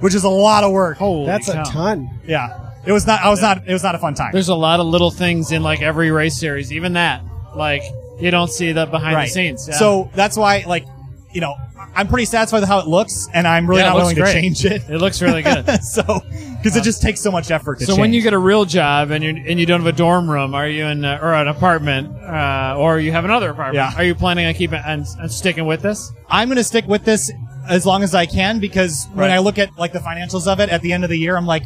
S4: which is a lot of work.
S2: Holy
S3: That's a
S2: cow.
S3: ton.
S4: Yeah. It was not. I was not. It was not a fun time.
S2: There's a lot of little things in like every race series, even that. Like you don't see the behind
S4: right.
S2: the scenes. Yeah.
S4: So that's why, like, you know, I'm pretty satisfied with how it looks, and I'm really
S2: Yeah, it
S4: not
S2: looks
S4: willing
S2: great.
S4: to change it. [laughs]
S2: it looks really good.
S4: so because it just takes so much effort to
S2: so
S4: change.
S2: when you get a real job and you and you don't have a dorm room, are you in uh, or an apartment uh, or you have another apartment?
S4: Yeah.
S2: Are you planning on keeping and, and sticking with this?
S4: I'm going to stick with this as long as I can because when
S2: Right.
S4: I look at like the financials of it at the end of the year, I'm like,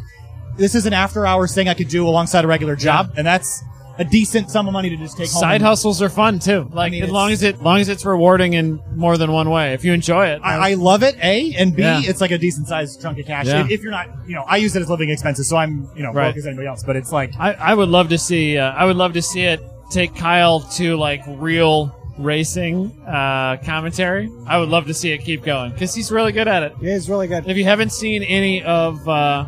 S4: this is an after hours thing I could do alongside a regular job, and that's a decent sum of money to just take home.
S2: Side
S4: and-
S2: hustles are fun too. Like
S4: mean,
S2: as
S4: it's-
S2: long as it long as it's rewarding in more than one way. If you enjoy it,
S4: I, I love it. A and B,
S2: Yeah.
S4: it's like a decent sized chunk of cash.
S2: Yeah.
S4: If, if you're not, you know, I use it as living expenses, so I'm, you know,
S2: Right.
S4: broke as anybody else. But it's like,
S2: I, I would love to see. Uh, I would love to see it take Kyle to like real racing uh, commentary. I would love to see it keep going because he's really good at it.
S3: It is really good.
S2: If you haven't seen any of uh,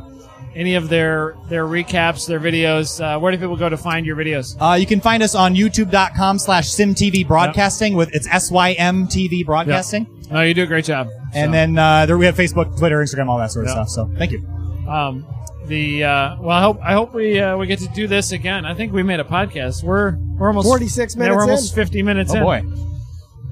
S2: any of their their recaps, their videos, uh, where do people go to find your videos?
S4: Uh, you can find us on youtube.com slash SimTV Broadcasting with it's SYM TV Broadcasting.
S2: No, you do a great job.
S4: And
S2: So,
S4: then uh, there we have Facebook, Twitter, Instagram, all that sort of
S2: Yeah.
S4: stuff. So thank you.
S2: um, the uh, well, I hope I hope we uh, we get to do this again. I think we made a podcast. We're we're almost
S3: 46
S2: Yeah,
S3: minutes
S2: we're almost
S3: in. Oh,
S2: fifty minutes in.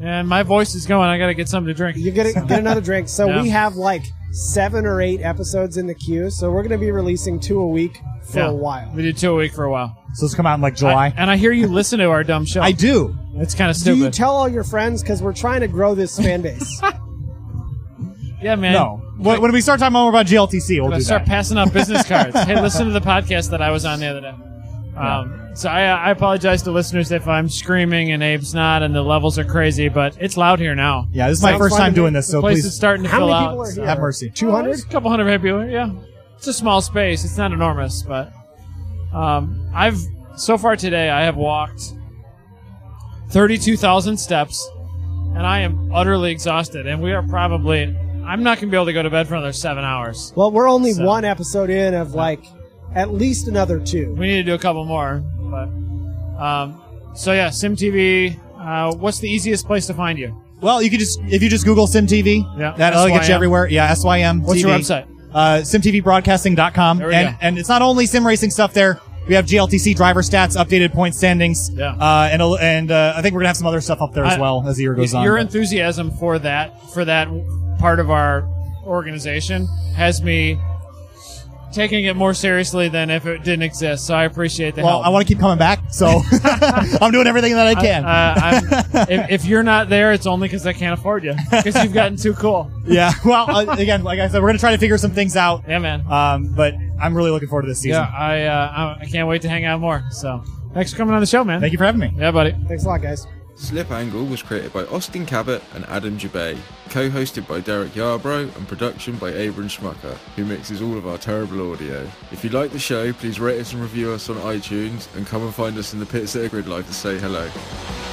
S2: And my voice is going. I got to get something to drink.
S3: You get
S2: [laughs]
S3: get another drink. So
S2: Yeah.
S3: we have like seven or eight episodes in the queue. So we're going to be releasing two a week for
S2: Yeah.
S3: a while.
S2: We did two a week for a while.
S4: So it's come out in like July.
S2: I- and I hear you listen to our dumb show.
S4: I do.
S2: It's kind of
S3: Do you
S2: stupid.
S3: tell all your friends? Because we're trying to grow this
S2: [laughs]
S3: fan base.
S2: yeah, man.
S4: No. When, when we start talking more about GLTC, we'll
S2: I
S4: do
S2: start
S4: that.
S2: passing out
S4: [laughs]
S2: business cards. hey, listen to the podcast that I was on the other day. Um, so I, I apologize to listeners if I'm screaming and Abe's not and the levels are crazy, but it's loud here now.
S4: yeah, this is my
S3: Sounds
S4: first
S3: fun to
S4: time
S3: me.
S4: doing this,
S2: the
S4: so
S2: place is
S4: please
S2: starting to
S3: How
S2: fill
S3: many
S2: out.
S3: people are here?
S4: have mercy.
S3: Two hundred.
S2: There's a couple hundred people. Yeah, it's a small space. It's not enormous, but um, I've so far today I have walked thirty-two thousand steps, and I am utterly exhausted. And we are probably I'm not gonna be able to go to bed for another seven hours.
S3: Well, we're only
S2: So-
S3: one episode in of like at least another two.
S2: We need to do a couple more, but um, so yeah, SimTV. Uh, what's the easiest place to find you?
S4: Well, you could just if you just Google SimTV,
S2: Yeah,
S4: that'll get
S2: SYM.
S4: you everywhere. Yeah, SYM.
S2: What's your
S4: TV.
S2: website?
S4: Uh, SimTVBroadcasting.com.
S2: There we
S4: and
S2: go.
S4: and it's not only sim racing stuff there. We have GLTC driver stats, updated point standings.
S2: Yeah.
S4: Uh, and a- and uh, I think we're gonna have some other stuff up there as
S2: I-
S4: well as the year goes on.
S2: Your
S4: but-
S2: enthusiasm for that for that part of our organization has me taking it more seriously than if it didn't exist. So I appreciate the
S4: well,
S2: help.
S4: I want to keep coming back,
S2: [laughs]
S4: so [laughs] I'm doing everything that I can.
S2: Uh, I'm, if, if you're not there, it's only because I can't afford you because you've gotten too cool.
S4: [laughs] yeah. Well, uh, again, like I said, we're gonna try to figure some things out.
S2: Yeah, man.
S4: Um, but I'm really looking forward to this season.
S2: Yeah, I uh, I I can't wait to hang out more. So thanks for coming on the show, man.
S4: Thank you for having me.
S2: Yeah, buddy.
S3: Thanks a lot, guys.
S6: Slip Angle was created by Austin Cabot and Adam Jabay, co-hosted by Derek Yarbrough and production by Abram Schmucker, who mixes all of our terrible audio. If you like the show, please rate us and review us on iTunes and come and find us in the pits at a grid live to say hello.